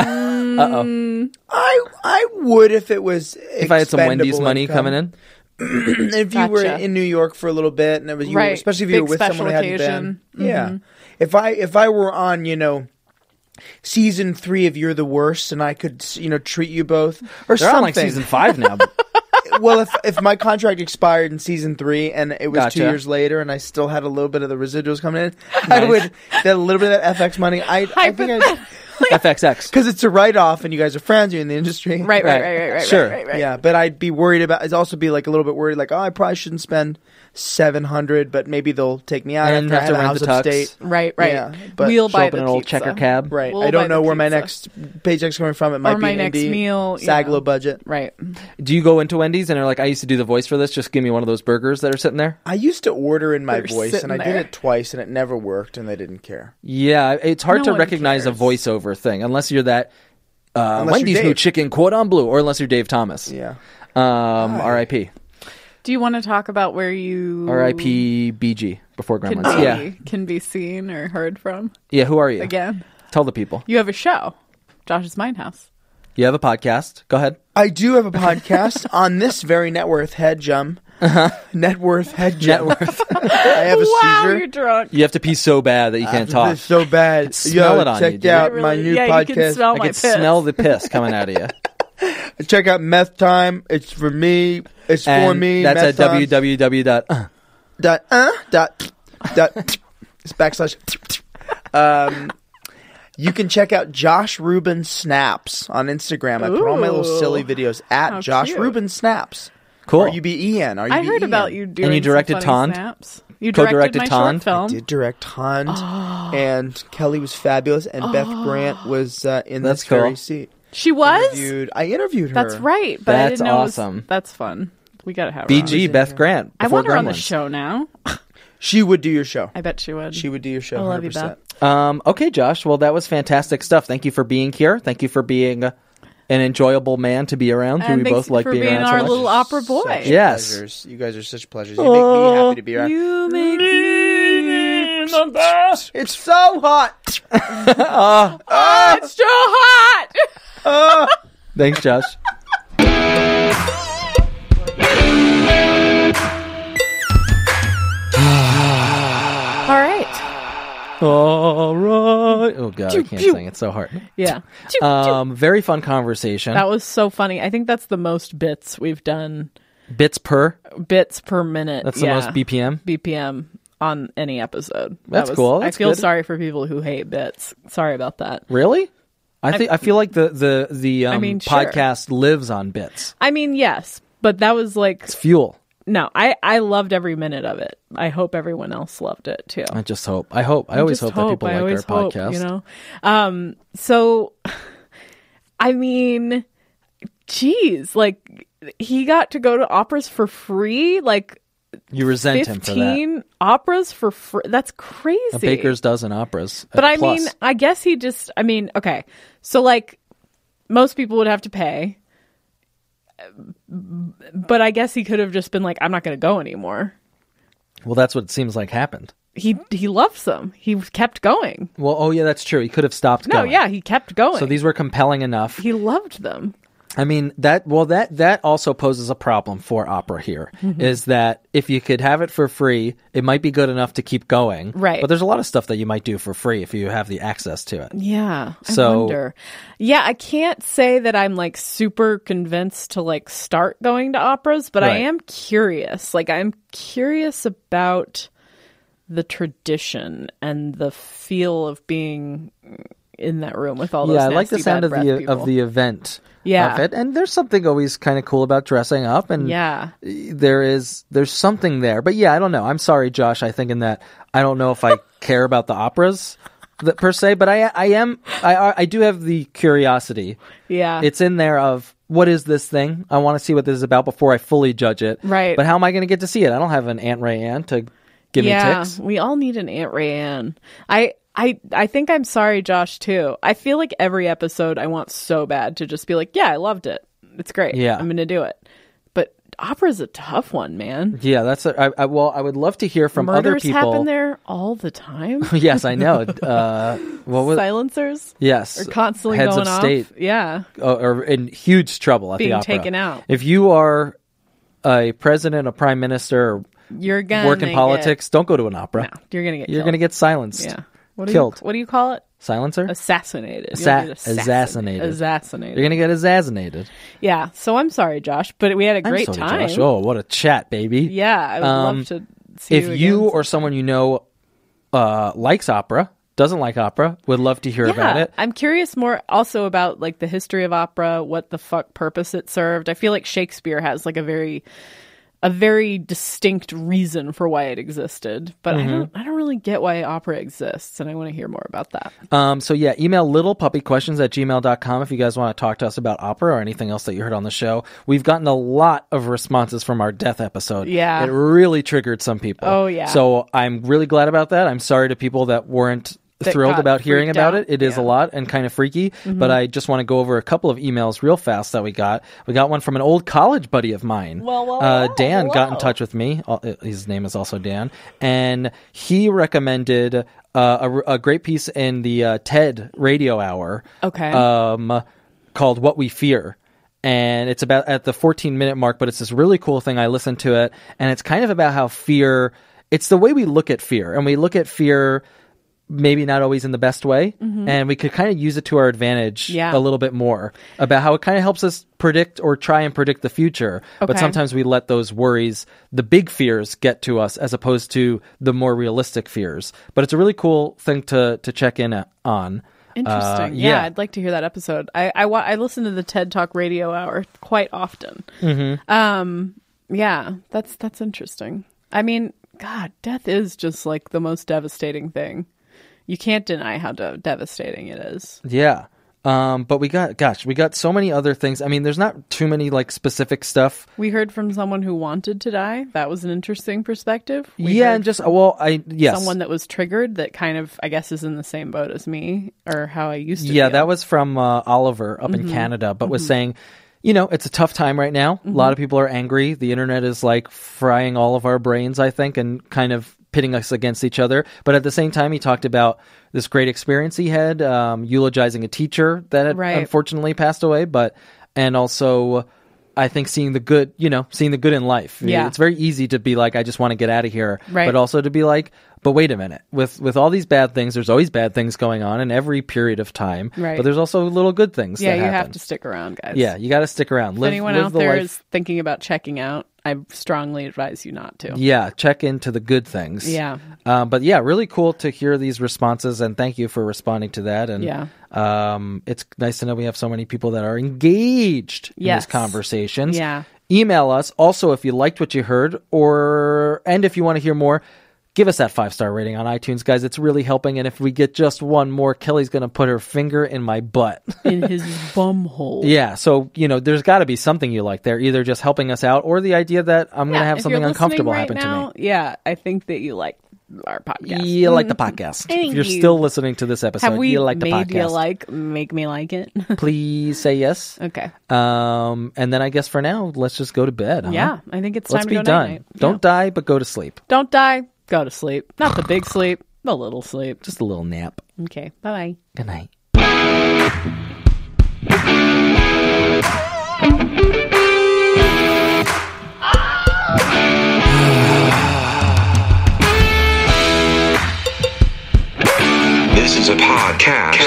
B: Uh oh.
E: I I would if it was
B: If I had some Wendy's money coming in.
E: if you were
C: Gotcha.
E: in New York for a little bit, and it was you were-
C: Right.
E: especially if
C: Big
E: you were with
C: special
E: someone who hadn't
C: occasion. Mm-hmm.
E: been. Yeah, if I if I were on, you know, season three of You're the Worst, and I could, you know, treat you both or
B: They're on like
E: something.
B: season five now.
E: well, if if my contract expired in season three, and it was
B: Gotcha.
E: two years later, and I still had a little bit of the residuals coming in, I would that little bit of that FX money. I I think I
B: FXX.
E: because it's a write off, and you guys are friends, you're in the industry,
C: Right,
B: Right.
C: right, right, right, right.
B: Sure.
C: Right, right, right.
E: Yeah, but I'd be worried about. I'd also be like a little bit worried, like, oh, I probably shouldn't spend seven hundred, but maybe they'll take me out
B: And
E: after I
B: have to rent
E: had a house
B: the tux.
E: upstate.
C: Right, right.
E: Yeah, but
C: we'll
B: Show
C: buy
B: up in
C: the
B: an old
C: pizza.
B: checker cab.
E: Right.
C: We'll
E: I
C: buy
E: don't know
C: the
E: where my
C: pizza.
E: next paycheck's coming from. It might
C: Or
E: be
C: my
E: an
C: next
E: indie
C: meal, you
E: Saglo
C: know.
E: budget.
C: Right.
B: Do you go into Wendy's and are like, I used to do the voice for this, just give me one of those burgers that are sitting there?
E: I used to order in my
C: They're
E: voice, and I
C: sitting
E: did
C: there.
E: it twice, and it never worked, and they didn't care.
B: Yeah, it's hard
C: No
B: to
C: one
B: recognize
C: cares.
B: a voiceover flavor thing, unless you're that uh,
E: Unless you're
B: Wendy's new
E: Dave.
B: chicken cordon bleu, or unless you're Dave Thomas.
E: Yeah.
B: Um, R.I.P.
C: Do you want to talk about where you
B: R.I.P. BG before
C: can
B: Gremlins.
C: be
B: Yeah,
C: can be seen or heard from
B: yeah. Who are you?
C: again?
B: Tell the people.
C: You have a show, Josh's Minehouse.
B: You have a podcast. Go ahead.
E: I do have a podcast on this very net worth head jump. Uh-huh. Net worth head
B: Net
E: jump.
B: worth.
E: I have a
C: Wow,
E: seizure.
C: you're drunk.
B: You have to pee so bad that you can't talk.
E: It's so bad.
B: smell
E: Yo,
B: it on
E: check
B: you, dude.
E: out
C: It
E: my
C: really-
E: new
C: yeah, you
E: podcast.
C: can smell
B: I
C: my
B: can
C: piss.
B: smell the piss coming out of you.
E: Check out Meth Time. It's for me. It's for
B: and
E: me.
B: that's at
E: Meth Time.
B: www. dot- uh,
E: dot uh dot dot it's backslash um you can check out Josh Rubin Snaps on Instagram. I put all my little
C: Ooh.
E: silly videos at
C: How
E: Josh
C: cute.
E: Rubin Snaps.
B: Cool.
E: R U B E N. R U B
C: I
E: E N.
C: heard about you doing. some
B: directed
C: funny
B: Tond?
C: Snaps. You directed
B: Co-directed
C: my
B: Tond?
E: I
C: short film.
E: did direct Hunt,
C: Oh.
E: and Kelly was fabulous, and Beth Grant was uh, in
B: That's
E: this very
B: cool.
E: seat.
C: She was.
E: Interviewed- I interviewed her.
C: That's right. But I
B: That's
C: didn't know it was-
B: awesome.
C: that's fun. We gotta have her
E: Oh,
C: on.
B: BG Beth Grant.
C: I
B: before
C: want her on the
B: Gremlins.
C: show now.
E: She would do your show.
C: I bet she would.
E: She would do your show.
C: I love you,
E: 100%.
B: Um, okay, Josh. Well, that was fantastic stuff. Thank you for being here. Thank you for being uh, an enjoyable man to be around. who
C: And
B: we
C: thanks
B: both like
C: for
B: being,
C: being
B: around so
C: our
B: much.
C: little opera boy. Oh,
E: Such
B: Yes.
E: pleasures. You guys are such pleasures. You make me happy to be around.
C: You make me.
E: It's so hot.
C: It's so hot.
B: Thanks, Josh.
C: All right.
B: All right. Oh God, I can't
C: pew.
B: sing. It's so hard.
C: Yeah.
B: Um, very fun conversation.
C: that was so funny. I think that's the most bits we've done,
B: Bits per.
C: bits per minute.
B: That's the
C: yeah,
B: most BPM.
C: BPM on any episode. That
B: That's
C: was-
B: cool.
C: I
B: That's
C: feel
B: good.
C: sorry for people who hate bits. Sorry about that.
B: Really? I think I feel like the the the um,
C: mean, sure.
B: podcast lives on bits.
C: I mean, yes, but that was like
B: It's fuel.
C: no. I I loved every minute of it. I hope everyone else loved it too.
B: I just hope. I hope. I always hope,
C: just
B: that people
C: I
B: like our
C: always hope,
B: podcast.
C: You know, um, so I mean, geez, like he got to go to operas for free, like
B: You resent him for that.
C: fifteen operas for free. That's crazy.
B: A baker's dozen operas. uh,
C: but
B: I
C: I mean, I guess he just. I mean, okay, so like most people would have to pay. But I guess he could have just been like, "I'm not going to go anymore."
B: well, that's what it seems like happened.
C: He he loves them. He kept going.
B: Well, oh yeah, that's true. He could have stopped.
C: No,
B: going.
C: yeah, he kept going.
B: So these were compelling enough.
C: he loved them.
B: I mean that. Well, that that also poses a problem for opera here. Is
C: Mm-hmm.
B: that if you could have it for free, it might be good enough to keep going.
C: Right.
B: But there's a lot of stuff that you might do for free if you have the access to it.
C: Yeah. I
B: So-
C: wonder. Yeah, I can't say that I'm like super convinced to like start going to operas, but I
B: Right.
C: am curious. Like I'm curious about the tradition and the feel of being in that room with all those
B: yeah, I like the
C: nasty,
B: sound
C: bad
B: of the
C: breath people.
B: of the event.
C: Yeah.
B: Of it. And there's something always kind of cool about dressing up and
C: Yeah.
B: there is there's something there. But yeah, I don't know. I'm sorry Josh, I think in that I don't know if I care about the operas that, per se, but I I am I I do have the curiosity.
C: Yeah.
B: It's in there of what is this thing? I want to see what this is about before I fully judge it.
C: Right.
B: But how am I going to get to see it? I don't have an Aunt Ray Ann to give me
C: yeah,
B: ticks.
C: we all need an Aunt Rayanne. I I I think I'm sorry, Josh. Too. I feel like every episode I want so bad to just be like, yeah, I loved it. It's great.
B: Yeah.
C: I'm gonna do it. But opera's a tough one, man.
B: Yeah, that's a, I, I, well. I would love to hear from other
C: Murders
B: people.
C: happen there all the time.
B: yes, I know. Uh, what was
C: Silencers
B: Yes,
C: are constantly
B: heads
C: going
B: of
C: off.
B: state
C: Yeah,
B: uh, are in huge trouble at
C: Being
B: the opera.
C: taken out.
B: If you are a president, a prime minister, or
C: you're gonna
B: work in
C: get-
B: politics, don't go to an opera.
C: No, you're gonna get.
B: You're
C: killed.
B: going to get silenced.
C: yeah. What do
B: killed.
C: You, what do you call it?
B: Silencer.
C: Assassinated. You'll
B: Assa-
C: get
B: assassinated.
C: Assassinated.
B: You're going to get assassinated.
C: yeah. So I'm sorry, Josh, but we had a great
B: I'm sorry,
C: time.
B: Josh. Oh, what a chat, baby.
C: Yeah, I would
B: Um,
C: love to see
B: if
C: you,
B: you,
C: again.
B: or someone you know uh, likes opera, doesn't like opera, would love to hear
C: yeah,
B: about it.
C: I'm curious more also about like the history of opera, what the fuck purpose it served. I feel like Shakespeare has like a very a very distinct reason for why it existed, but
B: Mm-hmm.
C: I don't I don't really get why opera exists and I want to hear more about that.
B: Um, so yeah, email littlepuppyquestions at gmail.com if you guys want to talk to us about opera or anything else that you heard on the show. We've gotten a lot of responses from our death episode.
C: Yeah.
B: It really triggered some people.
C: Oh, yeah.
B: So I'm really glad about that. I'm sorry to people that weren't
C: that
B: thrilled
C: got
B: about hearing
C: freaked
B: about
C: out. Mm-hmm.
B: it. It is a lot and kind of freaky, but I just want to go over a couple of emails real fast that we got. We got one from an old college buddy of mine.
C: Whoa, whoa,
B: uh,
C: whoa,
B: Dan got in
C: whoa.
B: touch with me. Uh, His name is also Dan, and he recommended uh, a, a great piece in the uh, TED Radio Hour.
C: Okay.
B: Um, called What We Fear. And it's about at the 14 minute mark, but it's this really cool thing. I listened to it, and it's kind of about how fear, it's the way we look at fear, and we look at fear maybe not always in the best way, and we could kind of use it to our advantage
C: Mm-hmm. Yeah.
B: a little bit more about how it kind of helps us predict or try and predict the future. But
C: Okay.
B: sometimes we let those worries, the big fears, get to us as opposed to the more realistic fears. But it's a really cool thing to, to check in on.
C: Interesting.
B: Uh,
C: yeah. I'd like to hear that episode. I I, wa- I listen to the TED Talk Radio Hour quite often.
B: Mm-hmm.
C: Um, yeah, that's that's interesting. I mean, God, death is just like the most devastating thing. You can't deny how de- devastating it is.
B: Yeah. Um, but we got, gosh, we got so many other things. I mean, there's not too many like specific stuff.
C: We heard from someone who wanted to die. That was an interesting perspective. We
B: yeah,
C: heard
B: and just well, I yes,
C: someone that was triggered that kind of I guess is in the same boat as me or how I used to.
B: yeah,
C: feel.
B: that was from uh, Oliver up
C: Mm-hmm.
B: in Canada, but was saying, you know, it's a tough time right now. A
C: Mm-hmm.
B: lot of people are angry. The internet is like frying all of our brains, I think, and kind of pitting us against each other. But at the same time, he talked about this great experience he had, um, eulogizing a teacher that had
C: Right.
B: unfortunately passed away, but and also. I think seeing the good, you know, seeing the good in life.
C: Yeah.
B: It's very easy to be like, I just want to get out of here.
C: Right.
B: But also to be like, but wait a minute. With with all these bad things, there's always bad things going on in every period of time.
C: Right.
B: But there's also little good things.
C: yeah.
B: that
C: You
B: happen.
C: have to stick around, guys.
B: Yeah, you got to stick around.
C: If
B: Live,
C: anyone
B: live
C: out
B: the
C: there
B: life.
C: is thinking about checking out, I strongly advise you not to.
B: Yeah, check into the good things.
C: Yeah.
B: Um, but yeah, really cool to hear these responses, and thank you for responding to that. And
C: Yeah.
B: um, it's nice to know we have so many people that are engaged in
C: Yes.
B: these conversations.
C: Yeah.
B: Email us also if you liked what you heard, or and if you want to hear more. Give us that five star rating on iTunes, guys. It's really helping. And if we get just one more, Kelly's going to put her finger in my butt.
C: In his bum hole.
B: Yeah, so you know, there's got to be something you like there, either just helping us out or the idea that I'm going to have something uncomfortable happen to me.
C: Yeah, I think that you like our podcast.
B: You like the podcast.
C: Thank
B: Mm-hmm. if you're
C: you.
B: still listening to this episode,
C: Have we
B: you like the
C: made
B: podcast.
C: you like make me like it?
B: Please say yes.
C: okay.
B: Um, and then I guess for now, let's just go to bed. huh?
C: Yeah, I think it's time
B: let's
C: to
B: be
C: go
B: done.
C: night-night.
B: Don't
C: Yeah.
B: die, but go to sleep.
C: don't die. Go to sleep. Not the big sleep, the little sleep.
B: Just a little nap.
C: Okay. Bye bye.
B: Good night.
D: This is a podcast.